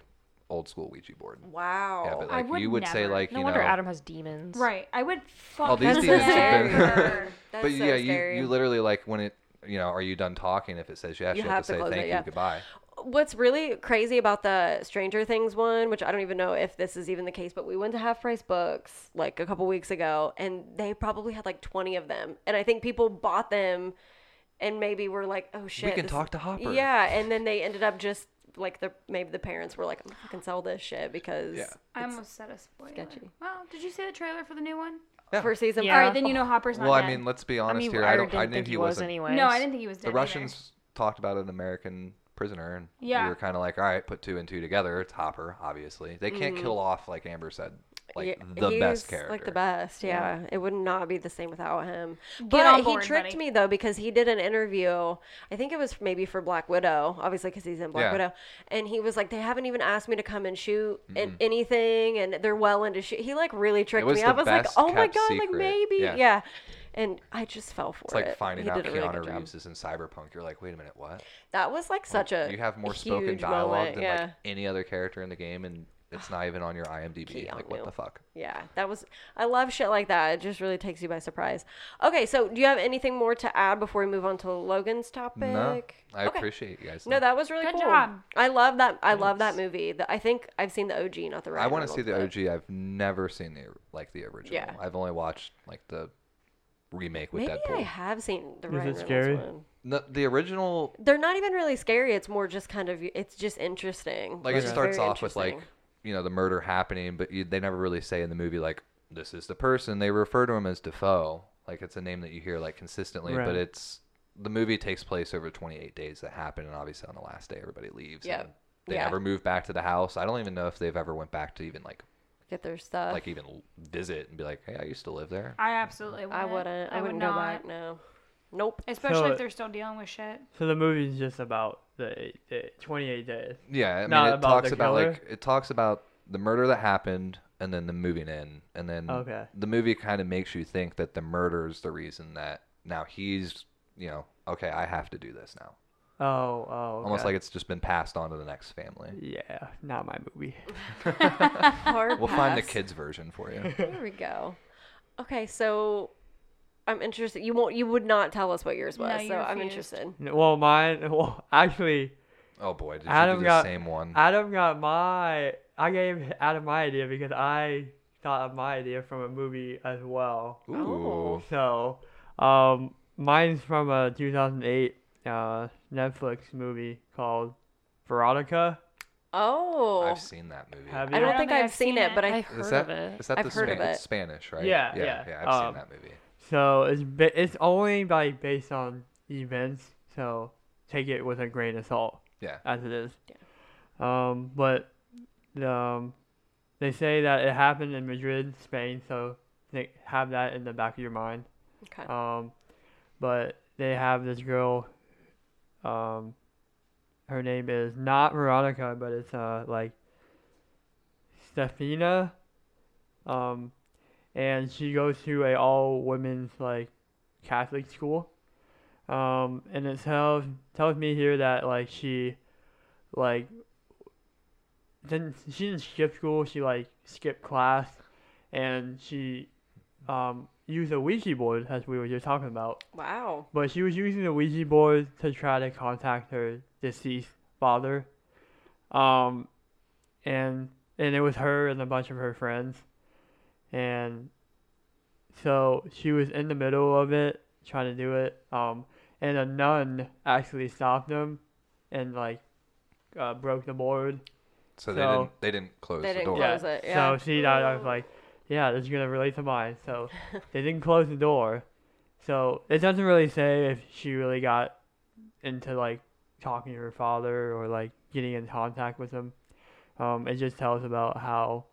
S4: old school Ouija board.
S1: Wow.
S4: Yeah, but
S2: I
S4: like
S2: would
S4: you would say
S2: never.
S4: like
S5: No
S4: you
S5: wonder
S4: know,
S5: Adam has demons.
S2: Right. I would fuck.
S4: All these
S2: that's
S4: demons
S1: have been-
S2: scary.
S1: That's
S4: but
S1: so
S4: yeah,
S1: scary.
S4: you you literally like when it you know are you done talking? If it says yes,
S1: You
S4: you,
S1: have
S4: have,
S1: to
S4: to,
S1: close
S4: say
S1: it,
S4: thank
S1: yeah.
S4: you, goodbye.
S1: What's really crazy about the Stranger Things one, which I don't even know if this is even the case, but we went to Half Price Books like a couple weeks ago, and they probably had like twenty of them, and I think people bought them, and maybe were like, "Oh shit,
S4: can
S1: this-
S4: talk to Hopper.
S1: Yeah, and then they ended up just like the maybe the parents were like, "I'm gonna fucking sell this shit because
S4: Yeah.
S2: I almost said a spoiler.
S1: sketchy.
S2: Well, did you see the trailer for the new one?
S4: Yeah.
S1: for season
S5: Yeah.
S2: All
S1: five,
S2: right, then you know Hopper's not
S4: Well, I
S2: dead.
S4: mean, let's be
S5: I
S4: honest
S5: mean,
S4: here.
S5: I,
S4: I don't.
S5: didn't
S4: I think
S5: think
S4: he wasn't.
S5: anyway.
S2: no, I didn't think he was dead.
S4: The
S2: either.
S4: Russians talked about an American prisoner, and
S2: Yeah.
S4: we were kind of like, all right, put two and two together. It's Hopper, obviously. They can't kill off like Amber said. like
S1: Mm-hmm. Yeah,
S4: the best
S1: he's,
S4: character.
S1: Like the best, yeah. It would not be the same without him.
S2: Get
S1: But
S2: on
S1: he
S2: board,
S1: tricked
S2: buddy.
S1: me though because he did an interview. I think it was maybe for Black Widow, obviously because he's in Black
S4: Yeah.
S1: Widow, and he was like, "They haven't even asked me to come and shoot and anything, and they're well into shoot." He like really tricked
S4: was
S1: me.
S4: the
S1: I was like,
S4: best
S1: "Oh my
S4: kept
S1: god, like
S4: secret.
S1: maybe,
S4: Yeah.
S1: yeah. And I just fell for
S4: It's
S1: it.
S4: like finding
S1: He
S4: out
S1: did a really
S4: Keanu
S1: good job.
S4: Reeves is in Cyberpunk. You're like, wait a minute, what?
S1: That was like such a
S4: you have more
S1: huge
S4: spoken dialogue
S1: moment,
S4: than
S1: yeah.
S4: like any other character in the game, and it's not even on your IMDb. Like, what
S1: Keanu.
S4: the fuck?
S1: Yeah, that was. I love shit like that. It just really takes you by surprise. Okay, so do you have anything more to add before we move on to Logan's topic?
S4: No, I
S1: okay.
S4: appreciate you guys.
S1: No, that was really
S2: Good
S1: cool.
S2: job.
S1: I love that. I love that movie. The, I think I've seen the OG, not the. Ryan
S4: I want to see
S1: Reynolds,
S4: the
S1: but-
S4: OG. I've never seen the like the original.
S1: Yeah.
S4: I've only watched like the remake with
S1: Maybe I
S4: Deadpool.
S1: have seen the
S3: Is
S1: Ryan
S3: it
S1: Reynolds
S3: scary?
S1: one.
S4: No, the original
S1: They're not even really scary. It's more just kind of. It's just interesting.
S4: like
S1: It's
S4: it
S1: just
S4: starts
S1: very
S4: off with like
S1: interesting.
S4: you know the murder happening but you, they never really say in the movie like this is the person they refer to him as defoe like it's a name that you hear like consistently but
S3: Right.
S4: it's the movie takes place over 28 days that happen and obviously on the last day everybody leaves
S1: Yep.
S4: and they
S1: Yeah.
S4: never move back to the house i don't even know if they've ever went back to even like
S1: get their stuff.
S4: like even visit and be like hey i used to live there
S2: I absolutely
S1: I
S2: wouldn't.
S1: wouldn't. I,
S2: would
S1: wouldn't
S2: not.
S1: go back. No. Nope.
S2: Especially
S3: So-
S2: if they're still dealing with shit.
S3: So the movie's just about the, eight day, 28 days.
S4: yeah i mean
S3: Not
S4: it
S3: about
S4: talks
S3: the
S4: about
S3: killer?
S4: like it talks about the murder that happened and then the moving in and then
S3: Okay.
S4: the movie kind of makes you think that the murder is the reason that now he's you know okay i have to do this now
S3: Oh, oh.
S4: almost
S3: okay.
S4: like it's just been passed on to the next family
S3: Yeah, not my movie.
S1: Hard
S4: we'll find the
S1: pass.
S4: kids version for you
S1: There we go. Okay, so I'm interested. You won't. You would not tell us what yours
S2: No,
S1: was,
S2: you
S1: so I'm
S2: refused.
S1: interested.
S3: N- Well, mine. Well, actually,
S4: oh boy did you
S3: Adam
S4: do the
S3: got-
S4: same one
S3: Adam got my. I gave Adam my idea because I thought of my idea from a movie as well.
S4: ooh
S1: Oh.
S3: So, um, mine's from a 2008 uh, Netflix movie called Veronica.
S1: Oh,
S4: i've seen that movie
S3: Have
S1: I
S3: you?
S1: don't think I've seen it, but I
S5: I've heard
S4: is that
S5: of it.
S4: is that
S1: I've
S4: the
S1: heard of
S4: Span-
S1: it.
S4: it's spanish right
S3: Yeah,
S4: yeah,
S3: yeah.
S4: i've seen
S3: Um,
S4: that movie
S3: So it's ba- it's only like based on events. So take it with a grain of salt.
S4: Yeah.
S3: As it is. Um, but um, they say that it happened in Madrid, Spain. So they have that in the back of your mind.
S1: okay.
S3: Um, but they have this girl. Um, her name is not Veronica, but it's uh like Stefina. Um, and she goes to a all women's like Catholic school. Um, and it tells tells me here that like she, like. Didn't she didn't skip school? She like skipped class, and she, um, used a Ouija board as we were just talking about.
S1: wow.
S3: But she was using the Ouija board to try to contact her deceased father. Um, and and it was her and a bunch of her friends, and so she was in the middle of it trying to do it. Um, and a nun actually stopped them, and like uh, broke the board.
S4: so they
S3: so-
S4: didn't they didn't close
S1: They
S4: the
S1: didn't
S4: door
S1: close it. Yeah.
S3: So she died. I was like, yeah, this is gonna relate to mine. So they didn't close the door. So it doesn't really say if she really got into like talking to her father or like getting in contact with him. Um, it just tells about how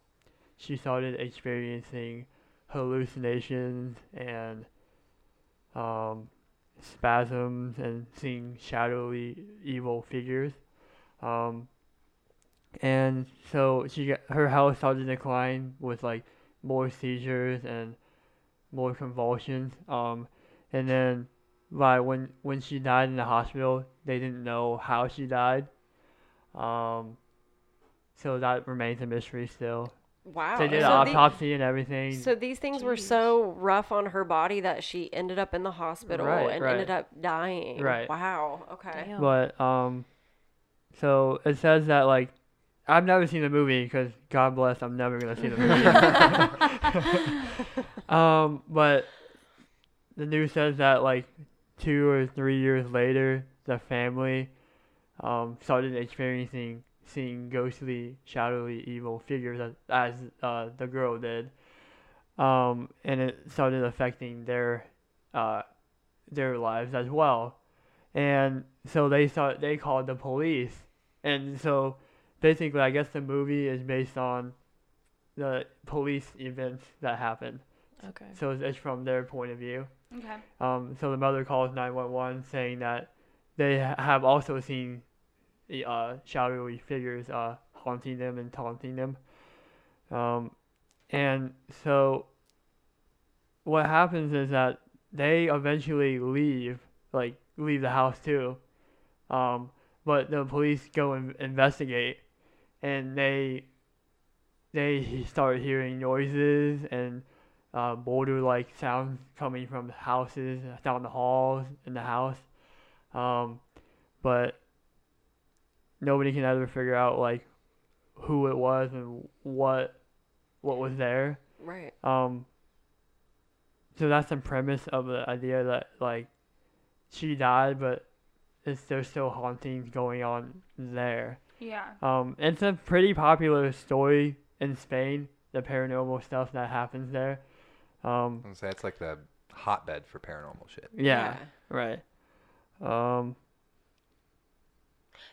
S3: she started experiencing hallucinations and um, spasms and seeing shadowy evil figures. Um, and so she got, her health started to decline with like more seizures and more convulsions. Um, and then by when when she died in the hospital, they didn't know how she died. Um, so that remains a mystery still.
S1: wow.
S3: They did
S1: Oh, so,
S3: an
S1: the-
S3: autopsy and everything.
S1: so these things were so rough on her body that she ended up in the hospital
S3: Right,
S1: and
S3: right.
S1: ended up dying.
S3: Right.
S1: Wow. Okay.
S5: Damn.
S3: But um, so it says that like I've never seen the movie because God bless, I'm never gonna see the movie. um, but the news says that like two or three years later, the family um started experiencing seeing ghostly, shadowy, evil figures as, as uh, the girl did. Um, and it started affecting their uh, their lives as well and so they start they called the police and so basically i guess the movie is based on the police events that happened.
S5: Okay.
S3: So it's, it's from their point of view.
S2: Okay.
S3: Um, so the mother calls 911 saying that they ha- have also seen the uh, shadowy figures uh, haunting them and taunting them. Um, and so what happens is that they eventually leave, like, leave the house too. Um, but the police go and investigate and they they start hearing noises and uh, boulder like sounds coming from the houses uh, down the halls in the house um, but nobody can ever figure out like who it was and what what was there
S1: Right.
S3: um, so that's the premise of the idea that like she died but it's, there's still hauntings going on there
S2: Yeah.
S3: um, it's a pretty popular story in Spain, the paranormal stuff that happens there. Um,
S4: I'm gonna say it's like the hotbed for paranormal shit.
S3: yeah, right. Um,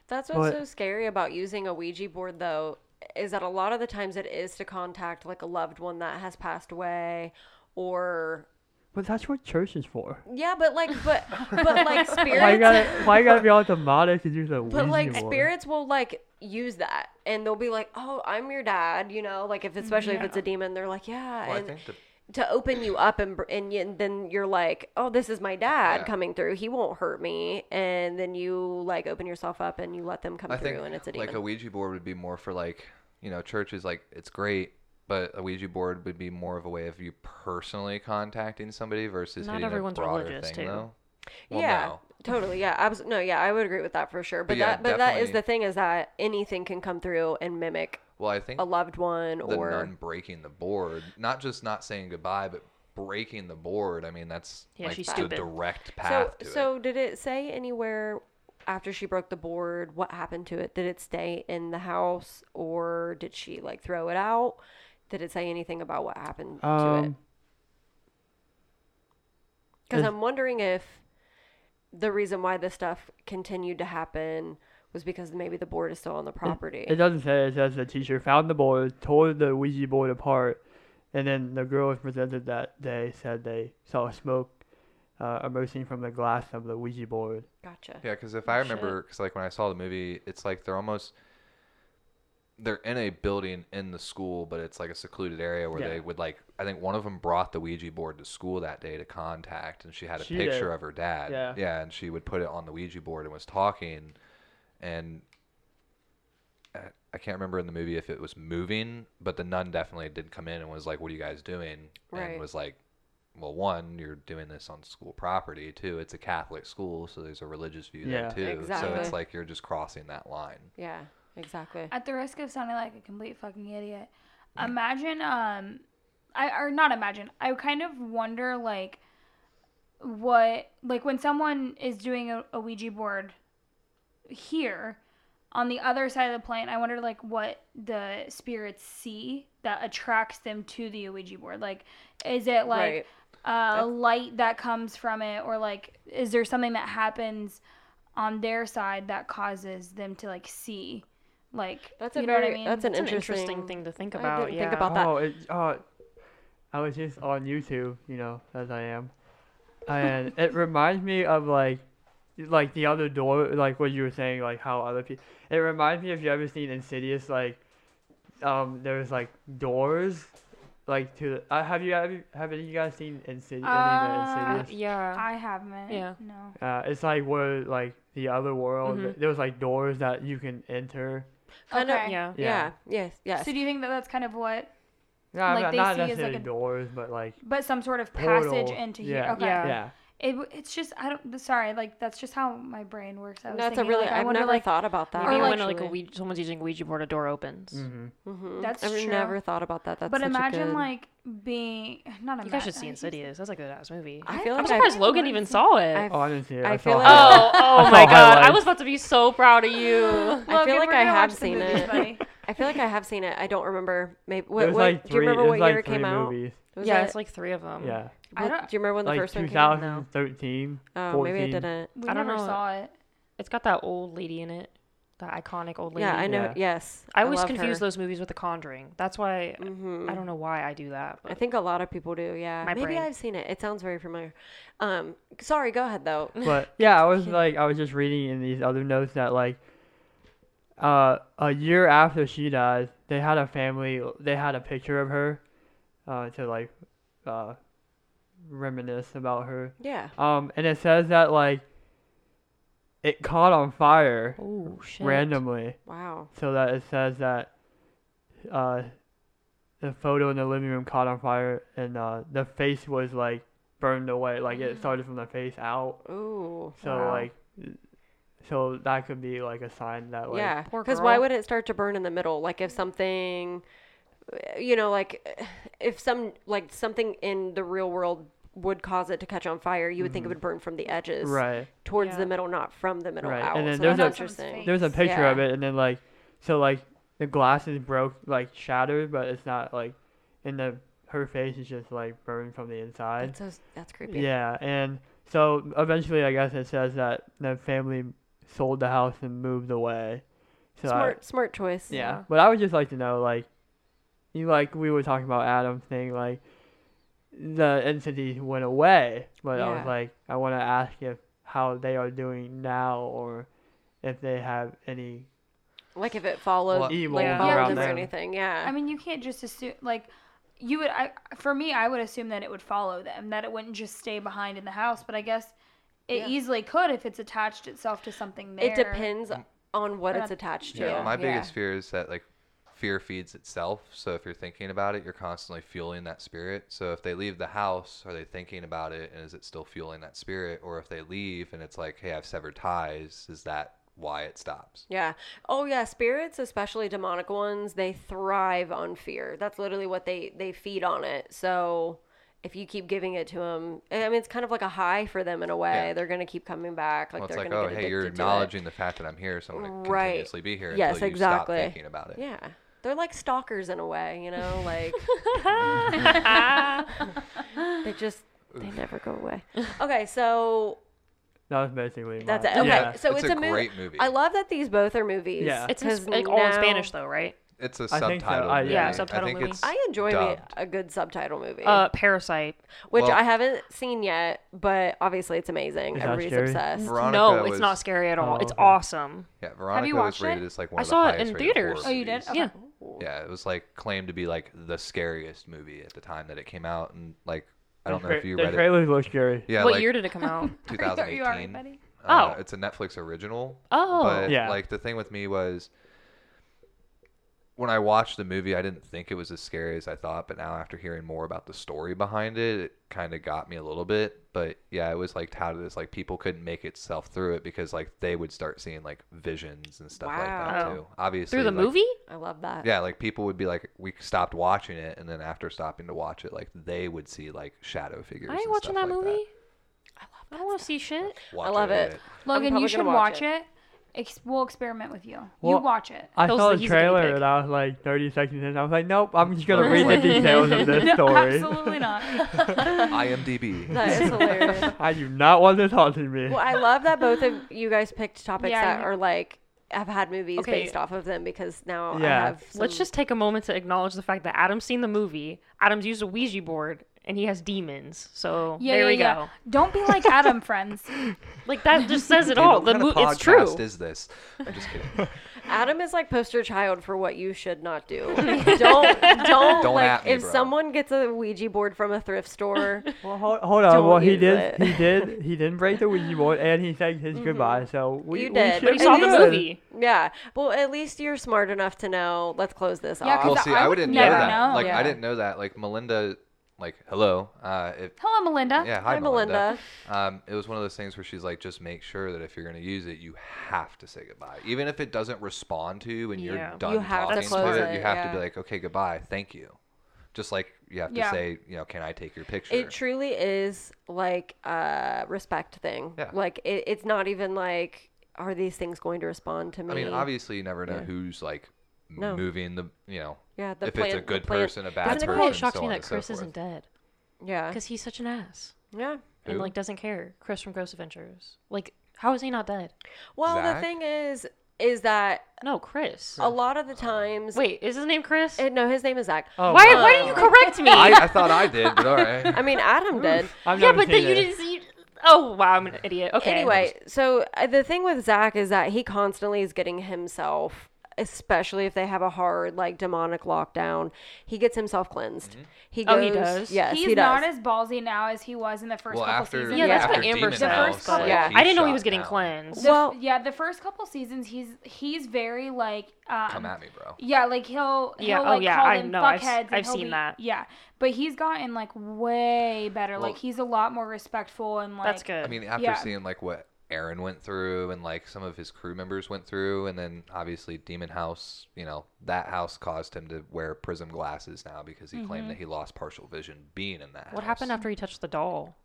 S1: That's what's
S3: But-
S1: so scary about using a Ouija board, though, is that a lot of the times it is to contact like a loved one that has passed away, or
S3: but that's what church is for.
S1: yeah, but like, but but like
S3: Why you
S1: spirits,
S3: gotta why you gotta be all demonic and use a Ouija
S1: but like
S3: board?
S1: spirits will like use that, and they'll be like, "Oh, I'm your dad," you know, like if especially if it's a demon, they're like, "Yeah,"
S4: Well, I
S1: and
S4: think the
S1: to open you up and br- and, y- and then you're like, "Oh, this is my dad
S4: Yeah.
S1: coming through. He won't hurt me," and then you like open yourself up and you let them come
S4: I
S1: through,
S4: think
S1: and it's a demon.
S4: like a Ouija board would be more for like you know churches like it's great, but a Ouija board would be more of a way of you personally contacting somebody versus
S5: Not
S4: hitting
S5: everyone's
S4: a broader
S5: religious,
S4: thing
S5: too.
S4: though. Well,
S1: yeah,
S4: no.
S1: totally. Yeah, absolutely. No, yeah, I would agree with that for sure. But,
S4: But yeah,
S1: that, but that is
S4: definitely-
S1: the thing is that anything can come through and mimic
S4: Well, I think
S1: a loved one
S4: the
S1: or
S4: nun breaking the board, not just not saying goodbye, but breaking the board. I mean, that's
S5: Yeah,
S4: like
S5: she's
S4: the
S5: stupid.
S4: direct
S1: so.
S4: path to it.
S1: So did it say anywhere after she broke the board what happened to it? Did it stay in the house or did she like throw it out? Did it say anything about what happened to it?
S3: Um,
S1: Because
S3: is-
S1: I'm wondering if the reason why this stuff continued to happen was because maybe the board is still on the property.
S3: it doesn't say. It says the teacher found the board, tore the Ouija board apart, and then the girl who presented that day said they saw smoke uh, emerging from the glass of the Ouija board.
S1: gotcha.
S4: Yeah, because if I remember, because like when I saw the movie, it's like they're almost they're in a building in the school, but it's like a secluded area where
S3: Yeah.
S4: they would like. I think one of them brought the Ouija board to school that day to contact, and she had a
S3: She
S4: picture
S3: did.
S4: of her dad.
S3: Yeah.
S4: and she would put it on the Ouija board and was talking, and I- I can't remember in the movie if it was moving, but the nun definitely did come in and was like, "What are you guys doing?"
S1: Right.
S4: And was like, well, one, you're doing this on school property. Two, it's a Catholic school, so there's a religious view
S3: Yeah.
S4: there too. So
S1: Exactly.
S4: it's like you're just crossing that line.
S1: Yeah, exactly.
S2: At the risk of sounding like a complete fucking idiot, imagine um I or not imagine. I kind of wonder like what like when someone is doing a, a Ouija board here on the other side of the plane, I wonder like what the spirits see that attracts them to the Ouija board. Like is it like
S1: right.
S2: uh, light that comes from it, or like, is there something that happens on their side that causes them to like see, like,
S1: That's a
S2: you know what I
S1: very-
S2: mean?
S1: that's an
S5: It's an
S1: interesting-
S5: interesting thing to think
S1: I
S5: about.
S1: didn't
S5: yeah.
S1: think about that.
S3: Oh, it, oh, I was just on YouTube, you know, as I am, and it reminds me of like, like the other door, like what you were saying, like how other people. It reminds me if you ever seen Insidious, like, um, there's like doors, like to. The, uh, have you have you, have you guys seen Insidious?
S2: Uh,
S5: Uh,
S3: Insidious?
S5: yeah.
S2: I haven't.
S5: Yeah.
S2: No.
S3: Uh, it's like where like the other world.
S2: Mm-hmm.
S5: Mhm.
S3: There's like doors that you can enter.
S1: Kind of-
S2: Okay.
S5: Yeah.
S1: yeah. Yes. Yes.
S2: So do you think that that's kind of what,
S3: No, I'm
S2: Like,
S3: not,
S2: they
S3: not
S2: see as, like,
S3: necessarily
S2: a-
S3: doors, but like
S2: but some sort of
S3: Portal.
S2: passage into here?
S3: Yeah.
S2: Okay.
S5: Yeah.
S3: yeah.
S2: It, it's just I don't. Sorry, like that's just how my brain works. I was
S1: That's a
S2: thinking,
S1: really.
S2: like, I
S1: I've
S2: wonder,
S1: never
S2: like,
S1: thought about that.
S5: Maybe
S2: Or,
S5: when like a
S1: actually.
S5: Ouija, someone's using a Ouija board, a door opens.
S3: Mm-hmm.
S1: Mhm.
S2: That's
S1: I've
S2: true.
S1: never thought about that. That's
S2: But
S1: such a
S2: imagine
S1: good-
S2: like being
S5: You
S2: not. imagine.
S5: guys should see Insidious. That's a good ass movie.
S1: I feel
S5: I'm
S1: like
S5: surprised
S1: I've-
S5: Logan even saw it.
S1: I've-
S3: Oh, I didn't see it.
S1: I
S3: I,
S1: feel
S3: saw
S1: like-
S3: highlights.
S5: oh, oh my god! I
S3: highlights.
S5: was about to be so proud of you.
S1: I feel
S2: Logan,
S1: like
S2: we're
S1: I
S2: gonna
S1: have
S2: watch the
S1: seen
S2: movies,
S1: it.
S2: buddy.
S1: I feel like I have seen it. I don't remember. Maybe
S3: It
S1: what,
S3: was
S1: what-
S3: like
S1: do you
S3: three.
S1: remember
S3: it
S1: what
S3: was like
S1: year it
S3: three
S1: came out?
S3: movies.
S1: Was
S5: yeah,
S1: it-
S5: it's like three of them.
S3: Yeah,
S2: I
S1: what-
S2: don't-
S1: do you remember when the
S3: like
S1: first one came out? No.
S3: 2013.
S1: Oh, maybe I
S3: 14.
S1: didn't.
S2: We
S5: I don't
S2: never
S5: know.
S2: saw it.
S5: It's got that old lady in it. that iconic old lady.
S1: Yeah, I know.
S3: Yeah.
S1: Yes,
S5: I always
S1: love
S5: confuse
S1: her.
S5: those movies with The Conjuring. That's why
S1: Mhm.
S5: I don't know why I do that. But
S1: I think a lot of people do. Yeah,
S5: My
S1: maybe
S5: brain.
S1: I've seen it. It sounds very familiar. Um, sorry, go ahead though.
S5: Mm-hmm.
S3: But yeah, I was like, I was just reading in these other notes that like, uh, a year after she died, they had a family, they had a picture of her, uh, to like, uh, reminisce about her.
S1: Yeah,
S3: Um, and it says that like, it caught on fire
S5: oh shit.
S3: randomly,
S1: wow.
S3: so that it says that, uh, the photo in the living room caught on fire, and uh, the face was like burned away, like
S1: Mm-hmm.
S3: it started from the face out.
S1: Ooh,
S3: So
S5: Wow.
S3: like, so that could be like a sign that like
S1: yeah.
S5: poor
S1: Because why
S5: girl.
S1: would it start to burn in the middle? Like if something, you know, like if some like something in the real world would cause it to catch on fire, you would think it would burn from the edges,
S3: Mm-hmm. right.
S1: towards
S5: Yeah.
S1: the middle, not from the middle
S3: Right.
S1: out.
S3: And then
S1: so
S3: there's
S1: that's
S2: a-
S1: interesting.
S3: There's a picture of
S1: Yeah.
S3: it, and then like, so like the glass is broke, like shattered, but it's not like in the her face is just like burned from the inside.
S1: That's, so, that's creepy.
S3: Yeah, and so eventually, I guess it says that the family sold the house and moved away. So I-
S1: Smart, smart choice.
S3: Yeah. But I would just like to know, like, you like we were talking about Adam thing, like the entity went away, but I
S1: Yeah.
S3: was like, I want to ask if how they are doing now, or if they have any.
S1: Like if it followed,
S4: Well,
S3: Evil
S1: like
S5: Yeah.
S1: followed
S2: around
S1: them or
S3: them.
S1: anything. Yeah.
S2: I mean, you can't just assume like you would. I for me, I would assume that it would follow them, that it wouldn't just stay behind in the house. But I guess it
S1: Yeah.
S2: easily could if it's attached itself to something there.
S1: It depends on what it's attached to.
S4: Yeah, my biggest fear is that like fear feeds itself. So if you're thinking about it, you're constantly fueling that spirit. So if they leave the house, are they thinking about it and is it still fueling that spirit? Or if they leave and it's like, hey, I've severed ties, is that why it stops?
S1: Yeah. Oh yeah, spirits, especially demonic ones, they thrive on fear. That's literally what they they feed on it. So if you keep giving it to them, I mean, it's kind of like a high for them in a way.
S4: Yeah.
S1: They're gonna keep coming back. Like
S4: Well, it's
S1: they're
S4: like,
S1: gonna
S4: oh,
S1: get
S4: hey, you're
S1: addicted to it.
S4: acknowledging the fact that I'm here, so I'm going to
S1: Right.
S4: continuously be here
S1: Yes,
S4: until you
S1: exactly.
S4: stop thinking about it.
S1: Yeah, they're like stalkers in a way. You know, like
S2: Ah.
S1: they just they never go away. Okay, so
S3: That was basically. my-
S1: that's it. Okay,
S3: Yeah.
S1: so
S4: It's
S1: it's,
S4: a
S1: a, mo-
S4: great movie.
S1: I love that these both are movies.
S3: Yeah.
S5: It's in,
S1: 'Cause
S5: sp- like all in
S1: now-
S5: Spanish though, right?
S4: It's a
S3: I
S4: subtitle.
S3: think so. I-
S4: movie.
S3: Yeah,
S4: I
S5: subtitle
S4: think
S5: movie.
S4: it's
S1: I enjoy me
S4: dubbed.
S1: a good subtitle movie,
S5: Uh, Parasite.
S1: which
S4: well-
S1: I haven't seen yet, but obviously it's amazing.
S3: Is that
S1: Everybody's
S3: scary?
S1: obsessed.
S4: Veronica
S5: no,
S4: was-
S5: it's not scary at all.
S3: Oh,
S5: it's
S3: okay.
S5: awesome.
S4: Yeah, Veronica
S2: watched
S4: was rated
S2: it?
S4: as like one
S5: I
S4: of
S5: saw it
S4: the
S5: in
S4: highest rated horror
S5: theaters.
S2: Oh, you did?
S4: movies.
S2: Okay.
S5: Yeah.
S4: Yeah, it was like claimed to be like the scariest movie at the time that it came out, and like I don't know if you
S3: the
S4: read it.
S3: trailers look scary.
S4: Yeah,
S5: what
S4: like
S5: year did it come out?
S2: Are you alright,
S4: 2018.
S2: buddy?
S4: Uh,
S5: Oh.
S4: it's a Netflix original.
S5: Oh.
S4: but
S3: Yeah.
S4: like the thing with me was when I watched the movie, I didn't think it was as scary as I thought, but now after hearing more about the story behind it, it kind of got me a little bit. But yeah, it was like touted as like people couldn't make itself through it because like they would start seeing like visions and stuff like that
S5: Wow.
S4: too. Obviously,
S5: Through the
S4: like,
S5: movie?
S1: I love that.
S4: yeah, like people would be like, we stopped watching it, and then after stopping to watch it, like they would see like shadow figures.
S5: I ain't
S4: and
S5: watching
S4: stuff
S5: that
S4: like
S5: movie.
S1: I love
S5: I don't want to see shit.
S4: That. Watch
S1: love it.
S2: Logan,
S1: probably
S2: you
S1: gonna
S2: should
S1: watch
S2: watch it. Ex- we'll experiment with you. you
S3: Well,
S2: watch it.
S3: I
S5: Those-
S3: saw the
S5: he's a guinea
S3: trailer
S5: pig.
S3: and I was like 30 seconds in. I was like, nope, I'm just gonna read the details of this story.
S2: Absolutely not.
S4: IMDb.
S1: That is hilarious.
S3: I do not want this haunting me.
S1: Well, I love that both of you guys picked topics
S2: Yeah,
S1: that
S2: you-
S1: are like have had movies
S5: Okay.
S1: based off of them because now I
S3: Yeah.
S1: have. Some,
S5: Let's just take a moment to acknowledge the fact that Adam's seen the movie. Adam's used a Ouija board and he has demons. So
S2: Yeah,
S5: there
S2: yeah,
S5: we
S2: yeah.
S5: go.
S2: Don't be like Adam, friends.
S5: Like that just says it
S4: Dude,
S5: all.
S4: what
S5: the
S4: kind of
S5: mo- it's
S4: podcast
S5: true.
S4: Is this? I'm just kidding.
S1: Adam is like poster child for what you should not do. don't don't,
S4: Don't
S1: like
S4: at me,
S1: if
S4: bro.
S1: someone gets a Ouija board from a thrift store.
S3: Well, hold, hold on.
S1: Don't
S3: Well, he
S1: use
S3: did.
S1: it.
S3: He did. He didn't break the Ouija board, and he said his goodbye. So we,
S1: You
S3: we
S1: did.
S3: should
S5: but he
S3: be
S5: saw the
S3: good.
S5: movie.
S1: yeah. Well, at least you're smart enough to know. Let's close this
S2: Yeah, 'cause
S1: off.
S4: Well,
S2: that
S4: see,
S2: I
S4: I
S2: would
S4: wouldn't know
S2: never
S4: that.
S2: know.
S4: Like,
S1: Yeah.
S4: I didn't know that. Like, Melinda, like, hello. Uh, if,
S2: Hello, Melinda.
S4: yeah, hi,
S1: Hi, Melinda.
S4: Um, it was one of those things where she's like, just make sure that if you're going to use it, you have to say goodbye, even if it doesn't respond to you and
S5: Yeah.
S4: you're done
S1: You have to
S4: talking
S1: close
S4: it,
S1: it,
S4: You have
S1: yeah.
S4: to be like, okay, goodbye, thank you. Just like you have to
S2: Yeah.
S4: say, you know, can I take your picture?
S1: It truly is like a respect thing.
S4: Yeah.
S1: Like it, it's not even like are these things going to respond to me?
S4: I mean, obviously, you never know
S1: Yeah.
S4: who's like
S1: No.
S4: moving the, you know,
S1: Yeah, the
S4: if
S1: plant,
S4: it's a
S1: the
S4: good
S1: plant-
S4: person, uh, a bad
S5: That's
S4: person.
S5: why it shocks
S4: so
S5: me
S4: on
S5: that
S4: and so
S5: Chris isn't
S4: forth.
S5: dead
S1: Yeah,
S5: because he's such an ass
S1: yeah.
S5: and
S4: Who?
S5: like doesn't care. Chris from Gross Adventures. Like how is he not dead?
S1: Well, the
S4: Zach?
S1: thing is, is that
S5: No, Chris.
S1: a lot of the times.
S5: Wait, is his name Chris?
S1: eh, no, his name is Zach. Um,
S3: Oh,
S5: why?
S3: wow.
S5: Why do you correct me?
S4: I, I thought I did, but all right.
S1: I mean, Adam did.
S3: I've
S5: yeah,
S3: never
S5: but then
S3: seen
S5: you
S3: it.
S5: didn't see. Oh wow, I'm an idiot. Okay.
S1: Anyway, so uh, the thing with Zach is that he constantly is getting himself, especially if they have a hard like demonic lockdown, he gets himself cleansed. He goes,
S5: Oh, he does?
S1: Yes,
S2: He's
S1: he does.
S2: not as ballsy now as he was in the first
S4: Well,
S2: couple
S4: after
S2: seasons.
S5: Yeah, that's
S4: after
S5: what Amber
S4: Demon
S5: said.
S4: House,
S2: The first
S4: like,
S1: couple-
S5: I didn't know he
S4: shot
S5: was getting
S4: down.
S5: cleansed.
S2: The-
S1: Well-
S2: yeah, the first couple seasons, he's he's very like um,
S4: Come at me, bro.
S2: Yeah, like he'll, he'll
S5: Yeah, oh,
S2: like
S5: yeah,
S2: call
S5: I
S2: them
S5: know, I've s-
S2: fuckheads. and
S5: I've
S2: he'll
S5: seen
S2: be-
S5: that.
S2: Yeah, but he's gotten like way better. like
S4: Well-
S2: he's a lot more respectful and like
S5: That's good.
S4: I mean, after
S2: Yeah.
S4: seeing like what Aaron went through and like some of his crew members went through, and then obviously Demon House, you know, that house caused him to wear prism glasses now because he claimed
S1: Mm-hmm.
S4: that he lost partial vision being in that.
S5: what
S4: house.
S5: happened after he touched the doll?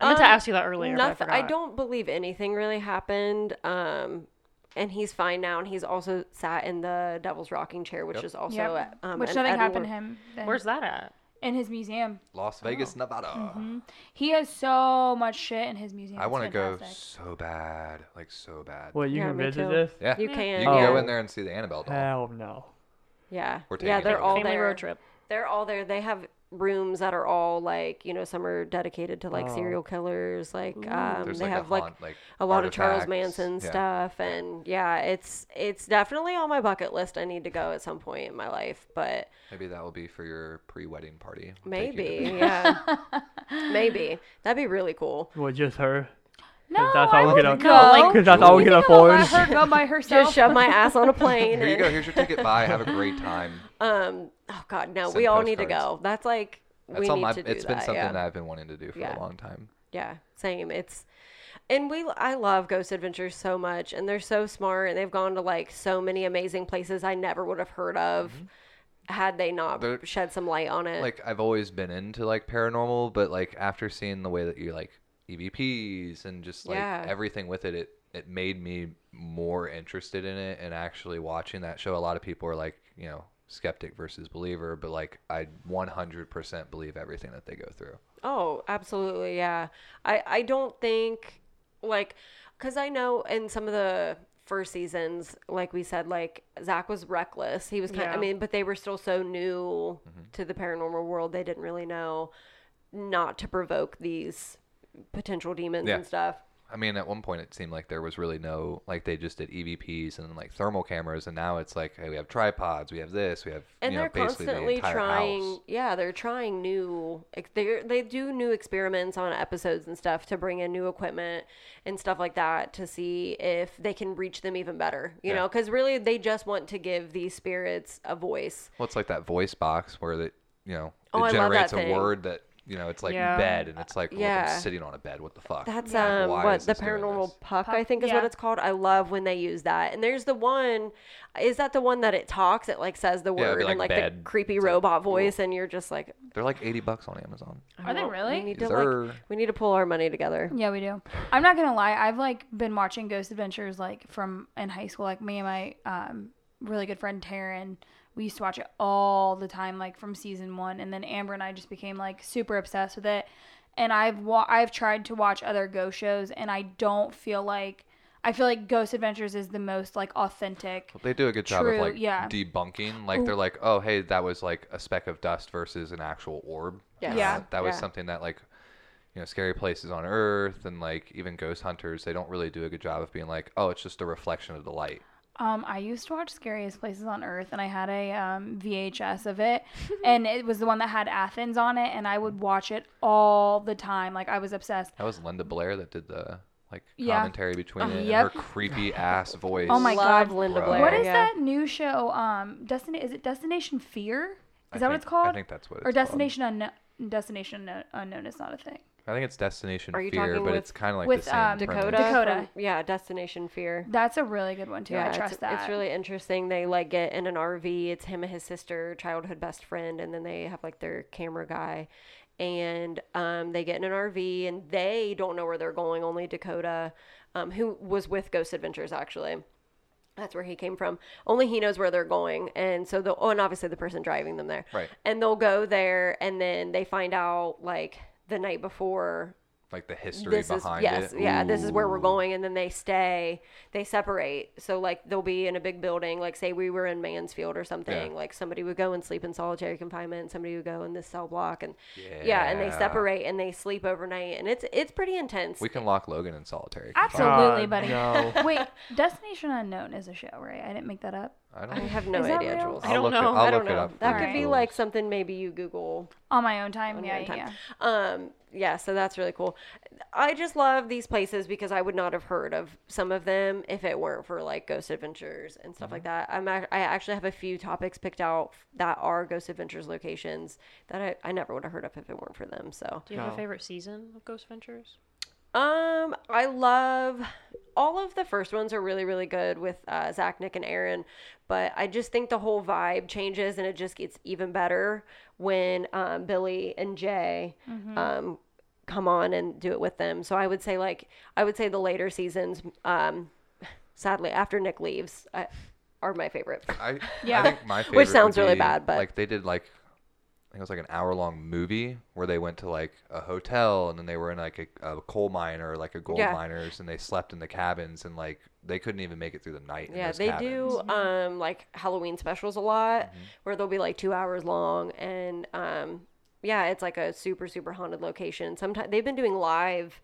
S5: I meant to
S1: Um,
S5: ask you that earlier. but
S1: Nothing.
S5: I,
S1: I,
S5: forgot.
S1: don't believe anything really happened. Um, and he's fine now, and he's also sat in the devil's rocking chair, which
S4: Yep.
S1: is also
S2: Yep.
S1: um,
S2: which
S1: an
S2: nothing happened
S1: Edward-
S2: to him. Then.
S5: Where's that at?
S2: in his museum?
S4: Las
S1: Oh.
S4: Vegas, Nevada.
S1: Mm-hmm.
S2: He has so much shit in his museum.
S4: I
S2: It's
S4: want to go
S2: fantastic.
S4: so bad, like so bad.
S3: What you
S1: Yeah,
S3: can
S1: me
S3: visit
S1: too.
S3: this?
S4: Yeah,
S1: You can. Oh.
S4: You can
S1: yeah.
S4: go in there and see the Annabelle doll.
S3: Hell no.
S1: Yeah.
S4: We're taking
S1: yeah,
S4: it
S1: they're
S4: over.
S1: all
S5: Family
S1: there.
S5: road trip.
S1: They're all there. They have rooms that are all like, you know, some are dedicated to like
S3: Oh.
S1: serial killers. Like, um,
S4: There's
S1: they
S4: like a
S1: have like
S4: haunt, like
S1: a lot of Charles
S4: artifacts.
S1: Manson
S4: Yeah.
S1: stuff, and yeah, it's it's definitely on my bucket list. I need to go at some point in my life, but
S4: Maybe that will be for your pre-wedding party. Take you to-
S1: maybe, yeah, maybe that'd be really cool.
S3: Well, just her.
S2: No,
S3: that's all
S2: I
S3: we
S2: would
S3: can
S2: go.
S3: afford. Because that's all we
S2: You
S3: can
S2: think I'll
S3: afford.
S2: let her go by herself.
S1: Just shove my ass on a plane.
S4: Here you
S1: and,
S4: go. Here's your ticket. Bye. Have a great time.
S1: Um. Oh God, no.
S4: Send
S1: we all need to go.
S4: postcards.
S1: That's like
S4: That's
S1: we
S4: all
S1: need
S4: my.
S1: to
S4: It's
S1: do that.
S4: been something
S1: yeah.
S4: that I've been wanting to do for
S1: Yeah.
S4: a long time.
S1: Yeah, same. It's and we I love Ghost Adventures so much and they're so smart and they've gone to like so many amazing places I never would have heard of had they not
S4: Mm-hmm. They're-
S1: shed some light on it.
S4: Like I've always been into like paranormal, but like after seeing the way that you like EVPs and just like
S1: Yeah.
S4: everything with it, it it made me more interested in it and actually watching that show. A lot of people are like, you know, skeptic versus believer, but like I 100% believe everything that they go through.
S1: oh, absolutely. Yeah. I I don't think like cuz I know in some of the first seasons like we said like Zach was reckless. He was kind
S5: Yeah.
S1: I mean, but they were still so new
S4: Mm-hmm.
S1: to the paranormal world. They didn't really know not to provoke these potential demons
S4: Yeah.
S1: and stuff.
S4: I mean, at one point it seemed like there was really no like they just did EVPs and like thermal cameras, and now it's like hey, we have tripods, we have this, we have
S1: and
S4: you know
S1: they're
S4: basically
S1: constantly
S4: the entire
S1: trying
S4: house.
S1: yeah they're trying new ex- they they do new experiments on episodes and stuff to bring in new equipment and stuff like that to see if they can reach them even better you
S4: Yeah.
S1: know because really they just want to give these spirits a voice
S4: Well, it's like that voice box where that you know it
S1: Oh, I love that
S4: generates a
S1: thing.
S4: word that you know it's like
S5: Yeah.
S4: bed, and it's like well, if I'm
S1: Yeah.
S4: sitting on a bed. What the fuck?
S1: That's
S4: Like,
S1: um
S4: why
S1: what
S4: is
S1: the
S4: this doing
S1: paranormal
S4: this?
S1: puck,
S2: Puck,
S1: I think is what
S2: yeah.
S1: it's called. I love when they use that. And there's the one is that the one that it talks, it like says the
S4: Yeah, it'd
S1: word
S4: be
S1: and
S4: like
S1: like
S4: bed.
S1: the creepy
S4: It's like,
S1: robot voice and you're just like
S4: They're like eighty bucks on Amazon.
S2: Are they
S1: "Well,
S2: really?
S1: We need
S4: Is
S1: to like,
S4: there-
S1: we need to pull our money together.
S2: Yeah, we do. I'm not gonna lie. I've like been watching Ghost Adventures like from in high school. Like me and my um, really good friend Taryn, we used to watch it all the time, like from season one. And then Amber and I just became like super obsessed with it. And I've wa- I've tried to watch other ghost shows, and I don't feel like I feel like Ghost Adventures is the most like authentic.
S4: They do a good job
S2: True,
S4: of like
S2: yeah.
S4: debunking. Like they're like, oh hey, that was like a speck of dust versus an actual orb.
S1: Yes.
S4: Uh,
S2: Yeah.
S4: that was
S1: Yeah.
S4: something that like you know scary places on Earth and like even ghost hunters. They don't really do a good job of being like, oh, it's just a reflection of the light.
S2: Um, I used to watch Scariest Places on Earth, and I had a um, VHS of it, and it was the one that had Athens on it, and I would watch it all the time. Like I was obsessed.
S4: That was Linda Blair that did the like
S2: Yeah.
S4: commentary between it
S2: yep.
S4: and her creepy ass voice.
S2: Oh my
S1: Love
S2: God.
S1: Linda
S4: Bro.
S1: Blair.
S2: What is
S1: yeah.
S2: that new show? Um, Destin is it Destination Fear? Is
S4: I
S2: that what
S4: think-
S2: it's called?
S4: I think that's what it's
S2: or
S4: called.
S2: Destination Unknown. Destination Unknown, Unknown is not a thing.
S4: I think it's Destination
S1: Are you
S4: Fear,
S1: talking
S4: but
S1: with-
S4: it's kind of like
S2: with,
S4: the same
S2: um,
S4: premise.
S1: Dakota.
S2: Dakota. Mm,
S1: from- yeah, Destination Fear.
S2: That's a really good one too. I
S1: it's-
S2: trust
S1: it's,
S2: that.
S1: really interesting. They like get in an RV. It's him and his sister, childhood best friend, and then they have like their camera guy, and um, they get in an RV and they don't know where they're going. Only Dakota, um, who was with Ghost Adventures, actually. That's where he came from. Only he knows where they're going, and so the oh, and obviously the person driving them there,
S4: Right.
S1: And they'll go there, and then they find out like the night before
S4: like the history
S1: this is
S4: behind
S1: yes,
S4: it.
S1: yeah, this is where we're
S4: Ooh.
S1: going, and then they stay, they separate. So like they'll be in a big building, like say we were in Mansfield or something. Like somebody would go and sleep in solitary confinement, somebody would go in this cell block, and yeah, and they
S4: Yeah.
S1: separate and they sleep overnight, and it's it's pretty intense.
S4: We can lock Logan in solitary.
S2: Absolutely.
S4: confinement.
S3: God,
S2: buddy.
S3: No.
S2: Wait, Destination Unknown is a show, right? I didn't make that up.
S4: I
S1: I
S4: don't.
S1: have no
S2: Is that
S1: idea,
S2: real?
S1: Jules.
S5: I don't
S4: will look
S5: know.
S4: It,
S5: I
S4: I'll
S1: don't
S4: look it
S1: know.
S4: up. for
S1: That
S4: you,
S1: could be
S4: Jules.
S1: like something maybe you Google
S2: On my own time.
S1: on
S2: yeah,
S1: your own
S2: yeah, yeah.
S1: time. Um, yeah, so that's really cool. I just love these places because I would not have heard of some of them if it weren't for like Ghost Adventures and stuff like that. I'm ac- I actually have a few topics picked out that are Ghost Adventures locations that I, I never would have heard of if it weren't for them. So,
S5: Do you have
S3: No.
S5: a favorite season of Ghost Ventures?
S1: um, I love all of the first ones are really really good with uh, Zach, Nick, and Aaron, but I just think the whole vibe changes and it just gets even better when um, Billy and Jay um, come on and do it with them. So I would say like I would say the later seasons, um, sadly after Nick leaves, I, are my favorite.
S4: I,
S2: Yeah.
S4: I think my favorite
S1: Which sounds
S4: would
S1: really
S4: be,
S1: bad, but-
S4: like they did like I think it was like an hour long movie where they went to like a hotel and then they were in like a, a coal mine or like a gold
S1: Yeah.
S4: miners and they slept in the cabins and like they couldn't even make it through the night. in
S1: Yeah,
S4: those
S1: they
S4: cabins. Mm-hmm.
S1: do
S2: Mm-hmm.
S1: um like Halloween specials a lot where they'll be like 2 hours long and um yeah, it's like a super super haunted location. Sometimes they've been doing live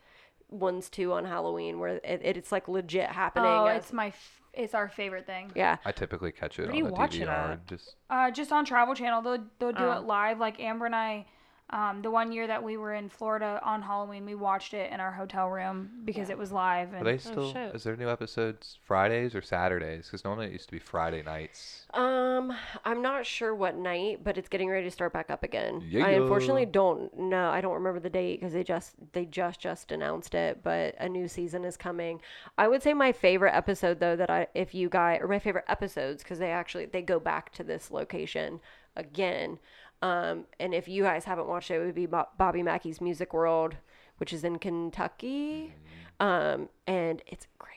S1: ones too on Halloween where it, it- it's like legit happening.
S2: Oh,
S1: as-
S2: it's my, f- it's our favorite thing.
S1: yeah.
S4: I typically catch it
S5: Where do
S4: on
S5: you
S4: the
S5: watch it
S4: DVR.
S5: at?
S4: Just
S2: Uh, just on Travel Channel, they'll they'll do
S5: Oh.
S2: it live. Like Amber and I, um, the one year that we were in Florida on Halloween, we watched it in our hotel room because it was live.
S4: are
S2: And
S1: oh,
S4: they still?
S5: shit.
S4: is there new episodes Fridays or Saturdays? Because normally it used to be Friday nights.
S1: Um, I'm not sure what night, but it's getting ready to start back up again.
S4: Yeah.
S1: I unfortunately don't know. I don't remember the date because they just they just just announced it, but a new season is coming. I would say my favorite episode though that I if you guys or my favorite episodes because they actually they go back to this location again. Um, and if you guys haven't watched it, it would be Bo- Bobby Mackey's Music World, which is in Kentucky.
S4: Mm-hmm.
S1: Um, and it's crazy.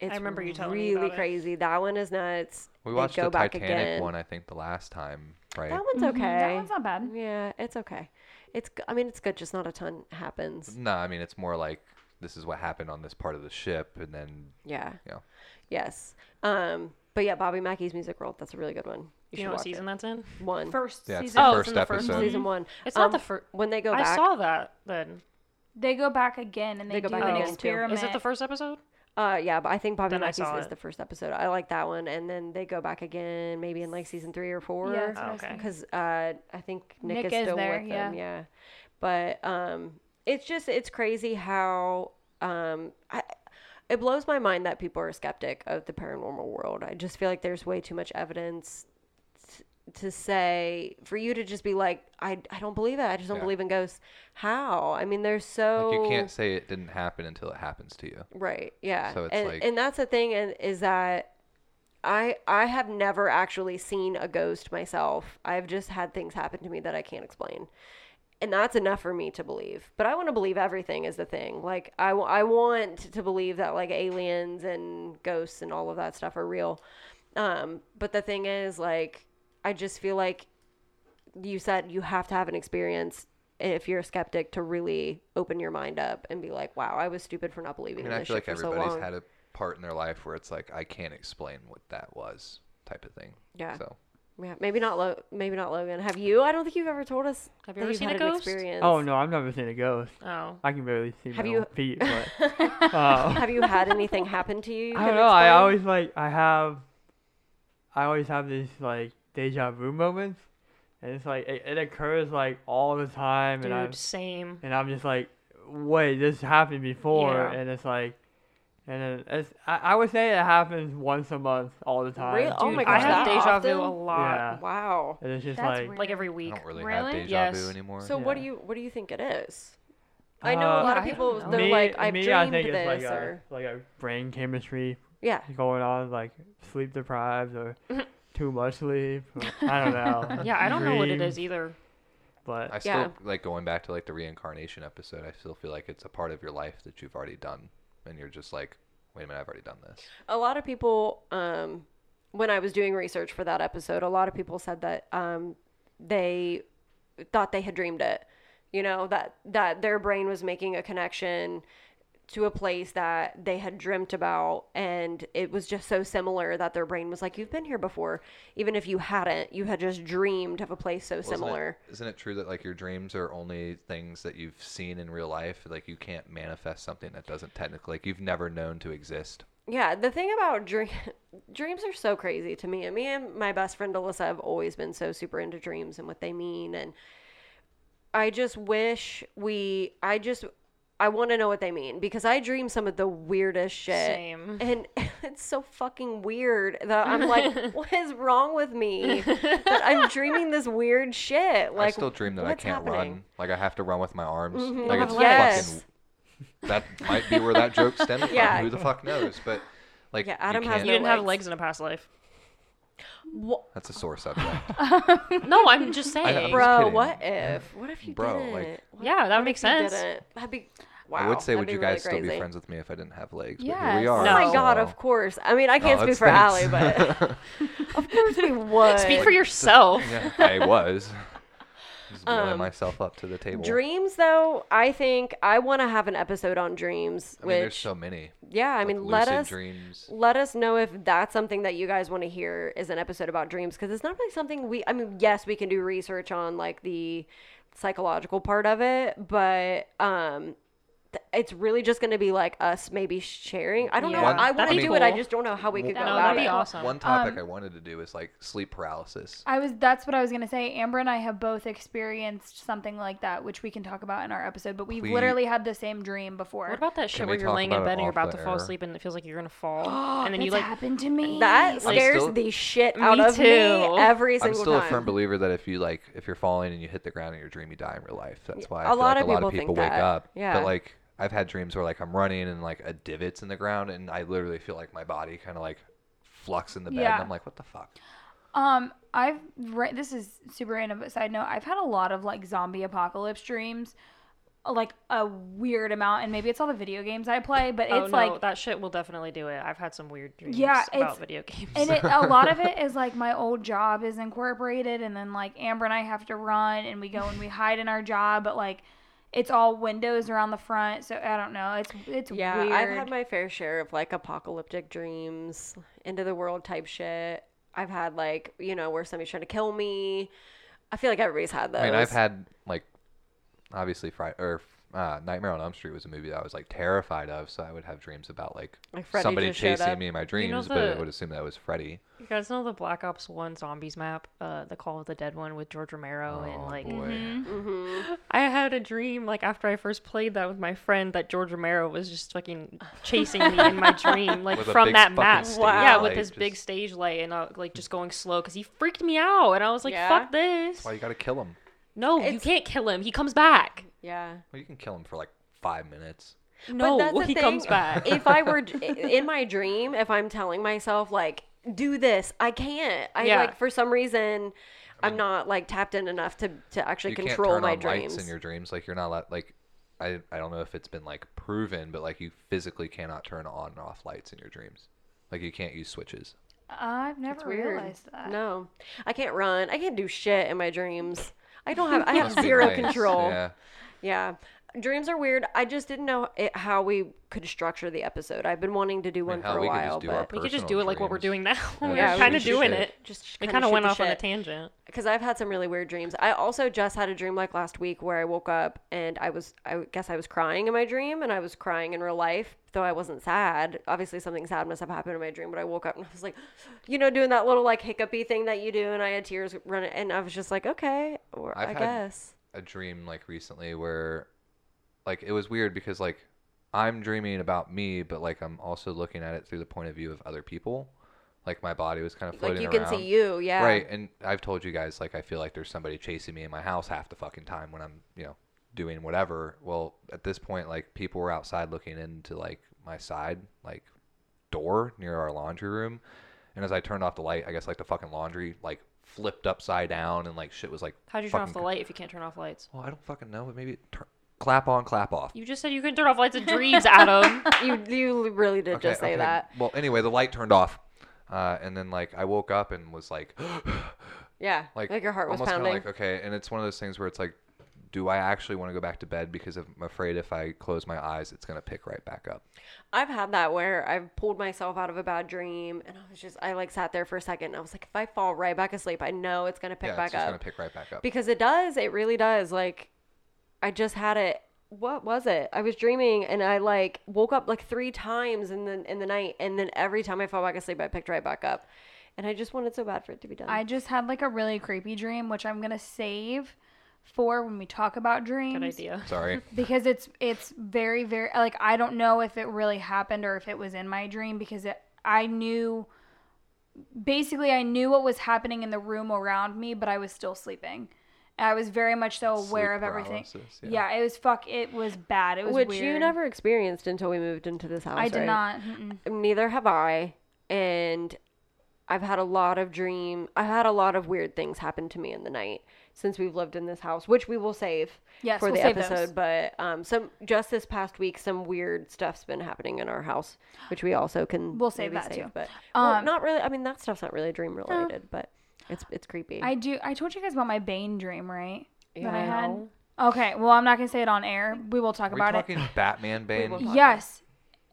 S1: It's
S5: remember you telling me
S1: really
S5: about it.
S1: crazy. That one is nuts.
S4: We
S1: They
S4: watched
S1: go
S4: the
S1: back
S4: Titanic
S1: again.
S4: one, I think, the last time, right?
S1: That
S5: Mm-hmm.
S1: one's okay.
S2: That one's not bad.
S1: Yeah, it's okay. It's g- I mean it's good, just not a ton happens.
S4: No, I mean it's more like this is what happened on this part of the ship, and then
S1: Yeah.
S4: Mm-hmm. Yeah.
S1: Yes. Um. But yeah, Bobby Mackey's Music World. That's a really good one. You
S5: Do you
S1: should
S5: know what
S1: watch
S5: season
S1: it.
S5: that's in?
S1: One.
S2: First
S4: yeah, it's
S2: season,
S5: Oh,
S4: the
S5: it's
S4: first
S5: in the first
S4: episode.
S1: season one.
S5: It's not the fir-
S1: When they Um, go
S5: I
S1: back.
S5: saw that then.
S2: they go back again and they,
S1: They go
S2: do
S1: back
S2: an
S5: again, too.
S2: experiment.
S5: Is it the first episode?
S1: Uh, yeah, but I think Bobby
S5: Then I
S1: Mackey's
S5: saw
S1: is
S5: it.
S1: the first episode. I like that one, and then they go back again, maybe in like season three or four.
S2: Yeah, that's what I was
S5: Oh, Okay.
S2: thinking.
S1: because uh, I think Nick,
S2: Nick
S1: is
S2: is
S1: still
S2: there,
S1: with them. Yeah, but um, it's just it's crazy how um, I, it blows my mind that people are skeptic of the paranormal world. I just feel like there's way too much evidence t- to say for you to just be like, I, I don't believe it. I just don't
S4: Yeah.
S1: believe in ghosts. How? I mean, there's so
S4: Like you can't say it didn't happen until it happens to you.
S1: Right. Yeah.
S4: So it's
S1: and,
S4: like-
S1: and that's the thing and is that I I have never actually seen a ghost myself. I've just had things happen to me that I can't explain. And that's enough for me to believe. But I want to believe everything is the thing. Like I wa- I want to believe that like aliens and ghosts and all of that stuff are real. Um but the thing is like I just feel like you said you have to have an experience if you're a skeptic to really open your mind up and be like, wow, I was stupid for not
S4: I
S1: believing in
S4: mean, I
S1: this
S4: feel
S1: shit
S4: like
S1: for so
S4: everybody's
S1: long.
S4: had a part in their life where it's like I can't explain what that was, type of thing.
S1: Yeah.
S4: So
S1: yeah, maybe not. Lo- maybe not Logan. Have you? I don't think you've ever told us.
S5: Have
S1: that
S5: you ever
S1: you've
S5: seen
S1: had
S5: a
S1: an
S5: ghost?
S1: Experience.
S3: Oh no, I've never seen a ghost.
S5: Oh.
S3: I can barely see
S1: Have
S3: my
S1: you-
S3: own feet, but uh,
S1: Have you had anything happen to you? you
S3: I
S1: can
S3: don't know. I
S1: explain?
S3: always like I have, I always have these like deja vu moments, and it's like it, it occurs like all the time,
S5: Dude,
S3: and I'm
S5: same.
S3: and I'm just like, wait, this happened before,
S5: Yeah.
S3: and it's like, and then it's I, I would say it happens once a month all the time,
S1: Really? Oh
S5: Dude,
S1: my
S5: I
S1: gosh,
S5: have
S1: that
S5: deja vu a
S1: often?
S5: lot.
S3: Yeah.
S1: Wow.
S3: and it's just
S2: That's
S3: like
S2: weird.
S5: Like every
S4: I
S5: week.
S4: don't really
S2: Really?
S4: have deja
S5: Yes.
S4: vu anymore.
S1: So what do
S3: Yeah.
S1: you? What do you think it is? I know a
S3: Uh,
S1: lot of
S5: I
S1: people.
S5: don't know.
S1: They're
S3: me,
S1: like, I've
S3: me,
S1: dreamed
S3: I think
S1: this.
S3: it's like
S1: or
S3: a like a brain chemistry
S1: yeah.
S3: going on, like sleep deprived or too much sleep. Or, I don't know.
S5: Yeah, I don't know what it
S3: Dreams,
S5: is either.
S3: But
S4: I still
S1: Yeah.
S4: like going back to like the reincarnation episode. I still feel like it's a part of your life that you've already done, and you're just like, wait a minute, I've already done this.
S1: a lot of people um, when i was doing research for that episode a lot of people said that um, they thought they had dreamed it you know that that their brain was making a connection to a place that they had dreamt about and it was just so similar that their brain was like you've been here before even if you hadn't you had just dreamed of a place so
S4: Well, isn't it-
S1: similar
S4: Isn't it, true that like your dreams are only things that you've seen in real life? Like you can't manifest something that doesn't technically like you've never known to exist.
S1: yeah the thing about dream dreams are so crazy to me and me and my best friend alyssa have always been so super into dreams and what they mean and I just wish we. I just. I want to know what they mean because I dream some of the weirdest shit.
S5: Same.
S1: And it's so fucking weird that I'm like, what is wrong with me? That I'm dreaming this weird shit. Like,
S4: I still dream that I
S1: what's
S4: can't
S1: happening?
S4: run. Like I have to run with my arms.
S1: Mhm.
S4: Like
S1: Don't
S4: it's
S1: have legs.
S4: fucking. That might be where that joke stemmed from.
S1: Yeah.
S4: Who the fuck knows? But like,
S1: Yeah,
S4: you
S1: Adam has
S4: can't-
S5: You didn't have
S1: legs.
S5: legs in a past life.
S4: That's a sore subject.
S5: No, I'm just
S4: I'm
S5: saying.
S4: just
S1: Bro,
S4: kidding.
S1: what if? What if you
S4: Bro,
S1: didn't?
S4: like-
S1: What-
S5: Yeah, that would
S1: what
S5: make
S1: if you
S5: sense.
S1: didn't? That'd be. Wow.
S4: I would say,
S1: that'd
S4: would you
S1: really
S4: guys still be
S1: crazy.
S4: friends with me if I didn't have legs? But here
S2: Yes.
S4: we are.
S5: No.
S1: Oh my god!
S4: so-
S1: Of course. I mean, I can't
S4: Oh,
S1: speak
S4: it's
S1: for Allie,
S4: thanks.
S1: but of course we would.
S5: Speak for yourself.
S4: Yeah, I was. Just wheeling
S1: Um,
S4: myself up to the table.
S1: Dreams, though, I think I want to have an episode on dreams.
S4: I mean,
S1: which,
S4: there's so many.
S1: yeah, I
S4: Like,
S1: mean, let
S4: lucid
S1: us
S4: dreams.
S1: let us know if that's something that you guys want to hear is an episode about dreams because it's not really something we. I mean, yes, we can do research on like the psychological part of it, but um, th- it's really just going to be like us maybe sharing. I don't know.
S5: Yeah.
S1: I
S5: That'd
S1: want to
S5: be
S1: do it. I
S5: cool.
S1: just don't know how we could go
S5: No,
S1: about
S5: that'd be
S1: it.
S5: awesome.
S4: One
S1: Um,
S4: topic I wanted to do is like sleep paralysis.
S2: I was that's what I was gonna say. Amber and I have both experienced something like that, which we can talk about in our episode. But we've
S4: Please.
S2: literally had the same dream
S5: What
S2: before.
S5: about that shit
S4: we
S5: where you're
S4: talk
S5: laying in
S4: about it
S5: bed and you're
S4: off
S5: about
S4: the
S5: to fall
S4: air?
S5: asleep and it feels like you're gonna fall, and then
S2: That's
S5: you like
S2: happened to me.
S1: That scares
S4: still-
S1: the shit
S5: Me
S1: out of me
S5: too.
S1: every single
S4: I'm still
S1: time.
S4: a firm believer that if you like, if you're falling and you hit the ground in your dream, you die in real life. That's why I
S1: a
S4: feel
S1: lot
S4: like
S1: of
S4: a lot of
S1: people
S4: people
S1: think
S4: wake
S1: that.
S4: up.
S1: Yeah.
S4: But like, I've had dreams where like I'm running and like a divot's in the ground, and I literally feel like my body kind of like flux in the bed,
S2: Yeah.
S4: and I'm like, what the fuck?
S2: Um, I've re- this is super random, but side note, I've had a lot of like zombie apocalypse dreams, like a weird amount, and maybe it's all the video games I play, but
S5: oh
S2: it's
S5: no,
S2: like,
S5: that shit will definitely do it. I've had some weird dreams
S2: Yeah, it's-
S5: about video games.
S2: and it, a lot of it is like my old job is incorporated, and then like Amber and I have to run, and we go and we hide in our job, but like it's all windows around the front, so I don't know, it's it's
S1: Yeah,
S2: weird.
S1: I've had my fair share of like apocalyptic dreams, end of the world type shit. I've had like, you know, where somebody's trying to kill me. I feel like everybody's had those.
S4: I mean, I've had like, obviously, Friday or uh, Nightmare on Elm Street was a movie that I was like terrified of, so I would have dreams about like,
S1: Like Freddy
S4: somebody
S1: just showed
S4: chasing
S1: up.
S4: me in my dreams,
S5: the-
S4: but I would assume that was Freddy.
S5: you guys know the Black Ops One zombies map, uh, the Call of the Dead one with George Romero, and
S4: Oh,
S5: like
S4: boy.
S1: mm-hmm.
S5: I had a dream like after I first played that with my friend that George Romero was just fucking chasing me in my dream, like
S4: With a
S5: from
S4: big
S5: that
S4: fucking
S5: map.
S4: stage
S5: Yeah, with
S4: light,
S5: his big
S4: just-
S5: stage light and uh, like just going slow because he freaked me out, and I was like,
S1: Yeah.
S5: "Fuck this!
S4: Why you gotta kill him?
S5: no, you
S1: It's-
S5: can't kill him. He comes back.
S1: Yeah.
S4: Well, you can kill him for like five minutes.
S5: No,
S1: that's the
S5: he
S1: thing.
S5: comes back."
S1: If I were in my dream, if I'm telling myself like, do this, I can't. I
S5: Yeah.
S1: like for some reason I'm not like tapped in enough to to actually
S4: you
S1: control
S4: can't turn
S1: my
S4: on
S1: dreams.
S4: lights in your dreams. Like you're not allowed, like I I don't know if it's been like proven, but like you physically cannot turn on and off lights in your dreams. Like you can't use switches.
S2: I've never
S1: Weird.
S2: realized that.
S1: No. I can't run. I can't do shit in my dreams. I don't have I have
S4: Must be
S1: zero
S4: nice.
S1: control.
S4: Yeah.
S1: Yeah. Dreams are weird. I just didn't know it, how we could structure the episode. I've been wanting to do one
S4: how
S1: for a
S4: we could just
S1: while,
S4: do
S1: but
S4: our
S5: we could just
S4: personal
S5: do it like what we're doing
S4: dreams.
S5: now. We're
S1: Yeah, we
S5: kind of
S1: just
S5: doing
S4: shoot
S5: it.
S1: just
S5: It
S1: kinda
S5: kind of
S1: shoot
S5: went
S1: the
S5: off on a
S1: shit.
S5: tangent.
S1: because I've had some really weird dreams. I also just had a dream like last week where I woke up and I was, I guess I was crying in my dream and I was crying in real life, though I wasn't sad. Obviously, something sad must have happened in my dream, but I woke up and I was like, you know, doing that little like hiccupy thing that you do, and I had tears running, and I was just like, okay, or,
S4: I've
S1: I
S4: had-
S1: guess.
S4: a dream like recently where like it was weird because like I'm dreaming about me, but like I'm also looking at it through the point of view of other people. Like my body was kind of
S1: Like
S4: floating
S1: you can
S4: around.
S1: see you, yeah.
S4: Right, and I've told you guys like I feel like there's somebody chasing me in my house half the fucking time when I'm, you know, doing whatever. Well, at this point like people were outside looking into like my side like door near our laundry room. And as I turned off the light, I guess like the fucking laundry like flipped upside down and like shit was like
S5: How'd you turn off
S4: fucking
S5: the light if you can't turn off lights?
S4: well, I don't fucking know, but maybe it tur- clap on, clap off.
S5: You just said you couldn't turn off lights in dreams, Adam.
S1: You, you really did
S4: Okay,
S1: just say
S4: okay.
S1: that.
S4: Well, anyway, the light turned off, uh, and then like I woke up and was like,
S1: Yeah.
S4: like,
S1: Like, your heart was
S4: almost kinda
S1: pounding.
S4: Like okay, and it's one of those things where it's like, do I actually want to go back to bed because I'm afraid if I close my eyes, it's going to pick right back up.
S1: I've had that where I've pulled myself out of a bad dream and I was just, I like sat there for a second and I was like, if I fall right back asleep, I know it's going to pick
S4: yeah,
S1: back
S4: it's just
S1: up.
S4: going to pick right back up.
S1: because it does it really does like i just had it what was it i was dreaming and i like woke up like three times in the in the night and then every time i fell back asleep i picked right back up and i just wanted so bad for it to be done
S2: I just had like a really creepy dream, which I'm gonna save for when we talk about dreams.
S5: Good idea.
S4: Sorry.
S2: Because it's it's very very like I don't know if it really happened or if it was in my dream because it, I knew basically I knew what was happening in the room around me, but I was still sleeping. And I was very much so aware
S4: Sleep
S2: of everything.
S4: paralysis,
S2: Yeah. it was fuck. It was bad. It was
S1: which
S2: weird.
S1: you never experienced until we moved into this house
S2: I did
S1: right?
S2: not. Mm-mm.
S1: neither have i and i've had a lot of dream i've had a lot of weird things happen to me in the night since we've lived in this house which we will save
S2: Yes,
S1: for
S2: we'll
S1: the
S2: save those.
S1: episode but um some just this past week some weird stuff's been happening in our house which we also can
S2: We'll save
S1: maybe
S2: that too.
S1: but well,
S2: Um,
S1: not really i mean that stuff's not really dream related but it's it's creepy
S2: I do. I told you guys about my Bane dream, right? That I had.
S5: No.
S2: Okay, well, I'm not gonna say it on air. We will talk
S4: Are we
S2: about
S4: talking Batman
S1: will
S4: Bane?
S1: talk.
S2: Yes,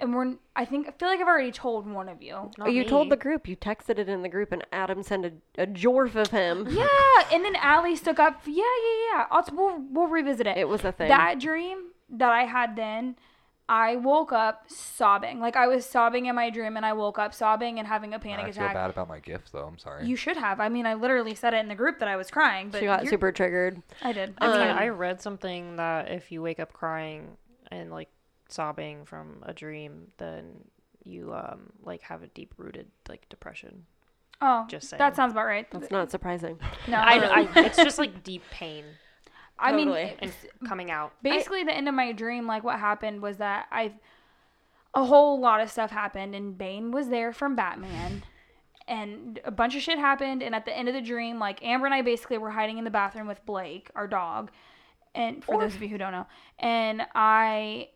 S2: and we're. I think I feel like I've already told one of you.
S1: Oh, you told the group you texted it in the group and adam sent a, a jorf of him
S2: Yeah, and then Allie stuck up. Yeah, yeah, yeah. I'll, we'll we'll revisit it.
S1: it was a thing
S2: That dream that I had then, I woke up sobbing. Like I was sobbing in my dream, and I woke up sobbing and having a panic
S4: I feel
S2: attack.
S4: bad about my gift though. I'm sorry.
S2: You should have. I mean, I literally said it in the group that I was crying, but
S1: she got
S2: you're-
S1: super triggered
S2: I did.
S5: I mean,
S1: Um,
S5: I read something that if you wake up crying and like sobbing from a dream, then you um like have a deep rooted like depression.
S2: oh,
S5: just saying.
S2: that sounds about right.
S1: that's not surprising
S2: No,
S5: I, I it's just like deep pain
S2: I mean,
S1: Totally.
S5: and coming out.
S2: basically the end of my dream like what happened was that i a whole lot of stuff happened and bane was there from batman and a bunch of shit happened and at the end of the dream like amber and i basically were hiding in the bathroom with blake our dog and for those of you who don't know and i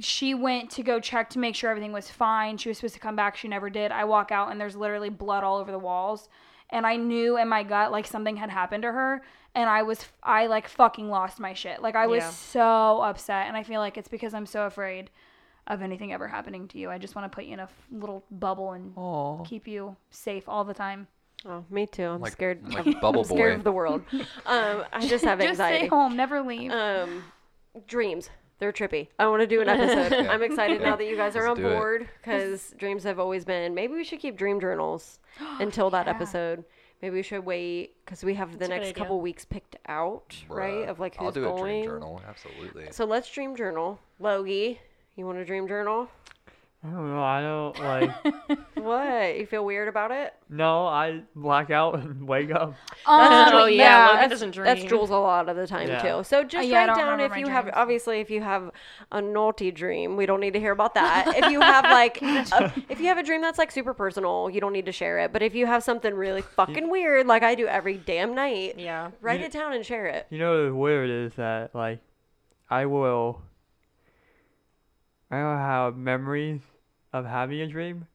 S2: she went to go check to make sure everything was fine she was supposed to come back she never did i walk out and there's literally blood all over the walls and i knew in my gut like something had happened to her and i was i like fucking lost my shit like i was
S5: Yeah.
S2: so upset and i feel like it's because i'm so afraid of anything ever happening to you i just want to put you in a f- little bubble and keep you safe all the time
S1: oh me too i'm
S4: Like-
S1: scared
S4: like
S1: I'm-
S4: Bubble
S1: I'm scared
S4: Boy.
S1: of the world um i just have
S2: just
S1: anxiety
S2: stay home never leave
S1: um dreams they're trippy i want to do an episode
S4: Yeah.
S1: i'm excited
S4: Yeah.
S1: now that you guys are
S4: Let's
S1: on
S4: do it.
S1: board because dreams have always been maybe we should keep dream journals until that
S2: Yeah.
S1: episode maybe we should wait because we have the
S5: That's a good
S1: next
S5: idea.
S1: couple weeks picked out right
S4: Bruh.
S1: of like who's
S4: I'll do
S1: going
S4: a dream journal. Absolutely.
S1: so let's dream journal logie you want a dream journal
S3: I don't know. I don't like.
S1: what you feel weird about it
S3: no, I black out and wake up.
S2: Um,
S5: oh, yeah, Logan
S1: that's-
S5: doesn't
S1: That's
S5: dream.
S1: Jules a lot of the time
S3: Yeah.
S1: too. So just
S2: Uh, yeah, I
S1: write
S2: don't
S1: down
S2: remember
S1: if
S2: my
S1: you have
S2: dreams.
S1: obviously if you have a naughty dream, we don't need to hear about that. if you have like a, if you have a dream that's like super personal, you don't need to share it. But if you have something really fucking weird, like I do every damn night,
S5: Yeah.
S1: write it down and share it.
S3: You know, what's weird is that like, I will. I don't have memories of having a dream,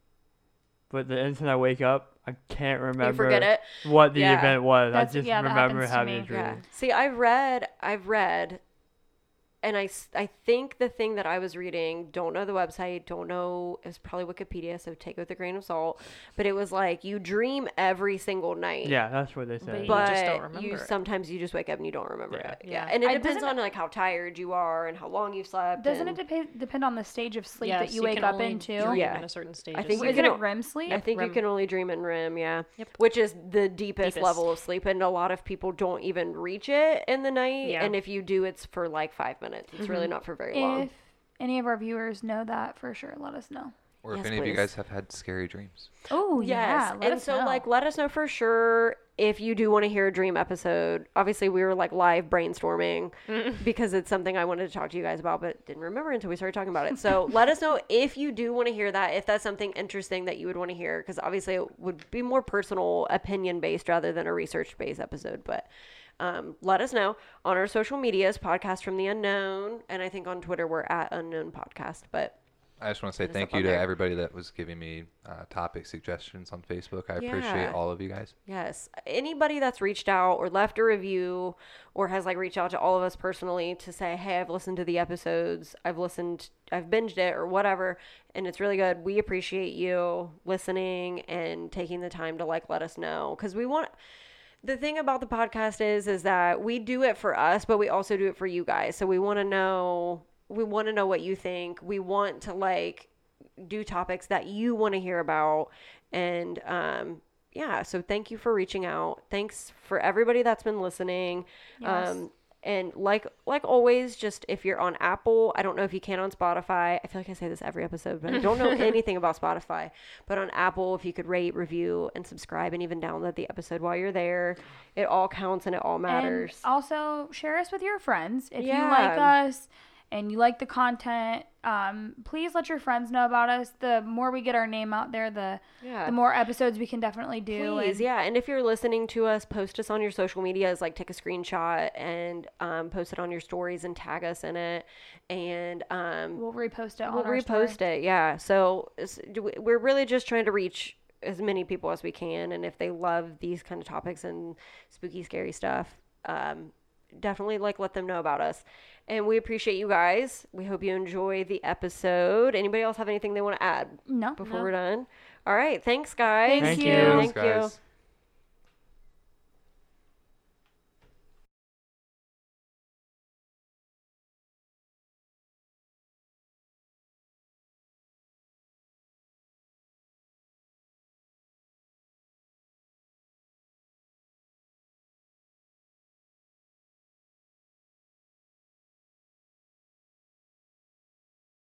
S3: but the instant I wake up, I can't remember
S1: You forget it.
S3: what the
S1: Yeah.
S3: event was.
S2: That's-
S3: I just
S2: yeah, that
S3: remember
S2: happens to
S3: having a
S2: me.
S3: dream.
S1: Yeah. See, I've read, I've read, and I, s- I think the thing that I was reading, don't know the website, don't know, it was probably Wikipedia, so take it with a grain of salt, but it was like you dream every single night.
S3: Yeah, that's what they said.
S5: you
S1: But
S5: just don't
S1: you,
S5: remember it.
S1: sometimes you just wake up and you don't remember it. Yeah.
S5: Yeah.
S1: And it
S2: I-
S1: depends
S2: doesn't
S1: on like how tired you are and how long you slept.
S2: doesn't
S1: and-
S2: it depend depend on the stage of sleep
S5: Yes,
S2: that you,
S5: can
S2: wake up
S5: only
S2: into
S5: dream
S1: Yeah.
S5: in a certain stage.
S1: I think
S5: of
S1: you
S5: sleep.
S2: isn't
S1: can
S2: it
S1: o-
S2: REM sleep
S1: I think you
S5: REM.
S1: can only dream in REM, yeah.
S5: Yep.
S1: Which is the deepest,
S5: Deepest.
S1: level of sleep, and a lot of people don't even reach it in the night.
S5: Yeah.
S1: And if you do, it's for like five minutes. It's really not for very long.
S2: Mm-hmm. if any of our viewers know that for sure let us know
S4: Or
S1: Yes,
S4: if any of you
S1: please.
S4: guys have had scary dreams.
S2: oh
S1: Yes. and so like let us know for sure if you do want to hear a dream episode. Obviously we were like live brainstorming because it's something I wanted to talk to you guys about but didn't remember until we started talking about it. So let us know if you do want to hear that, if that's something interesting that you would want to hear because obviously it would be more personal opinion based rather than a research based episode, but um, let us know on our social medias, podcast from the unknown, and I think on Twitter we're at unknown podcast. But
S4: I just want to say
S1: Hit us
S4: thank
S1: up
S4: you
S1: on
S4: to
S1: there.
S4: everybody that was giving me uh, topic suggestions on Facebook. I appreciate
S1: Yeah.
S4: all of you guys.
S1: Yes. Anybody that's reached out or left a review or has like reached out to all of us personally to say, hey, I've listened to the episodes, I've listened, I've binged it or whatever, and it's really good. We appreciate you listening and taking the time to like let us know because we want. The thing about the podcast is, is that we do it for us, but we also do it for you guys. So we want to know, we want to know what you think. We want to like do topics that you want to hear about and um yeah so thank you for reaching out thanks for everybody that's been listening um and like like always just if you're on apple i don't know if you can on spotify i feel like i say this every episode but i don't know anything about spotify but on apple if you could rate review and subscribe and even download the episode while you're there it all counts and it all matters
S2: And uh, also share us with your friends if you
S1: Yeah.
S2: like us and you like the content. Um, please let your friends know about us. The more we get our name out there, the
S1: Yeah.
S2: the more episodes we can definitely do.
S1: Please,
S2: and
S1: yeah. And if you're listening to us, post us on your social medias. Like, take a screenshot and um, post it on your stories and tag us in it. And um,
S2: We'll repost it.
S1: we'll
S2: on our story.
S1: repost it. Yeah. So it's- do we- we're really just trying to reach as many people as we can. And if they love these kind of topics and spooky, scary stuff, um, definitely like let them know about us. And we appreciate you guys. We hope you enjoy the episode. Anybody else have anything they want to add
S2: No.
S1: before we're done? All right. Thanks, guys.
S2: Thank
S3: Thank you. you.
S1: Thank you.
S4: guys.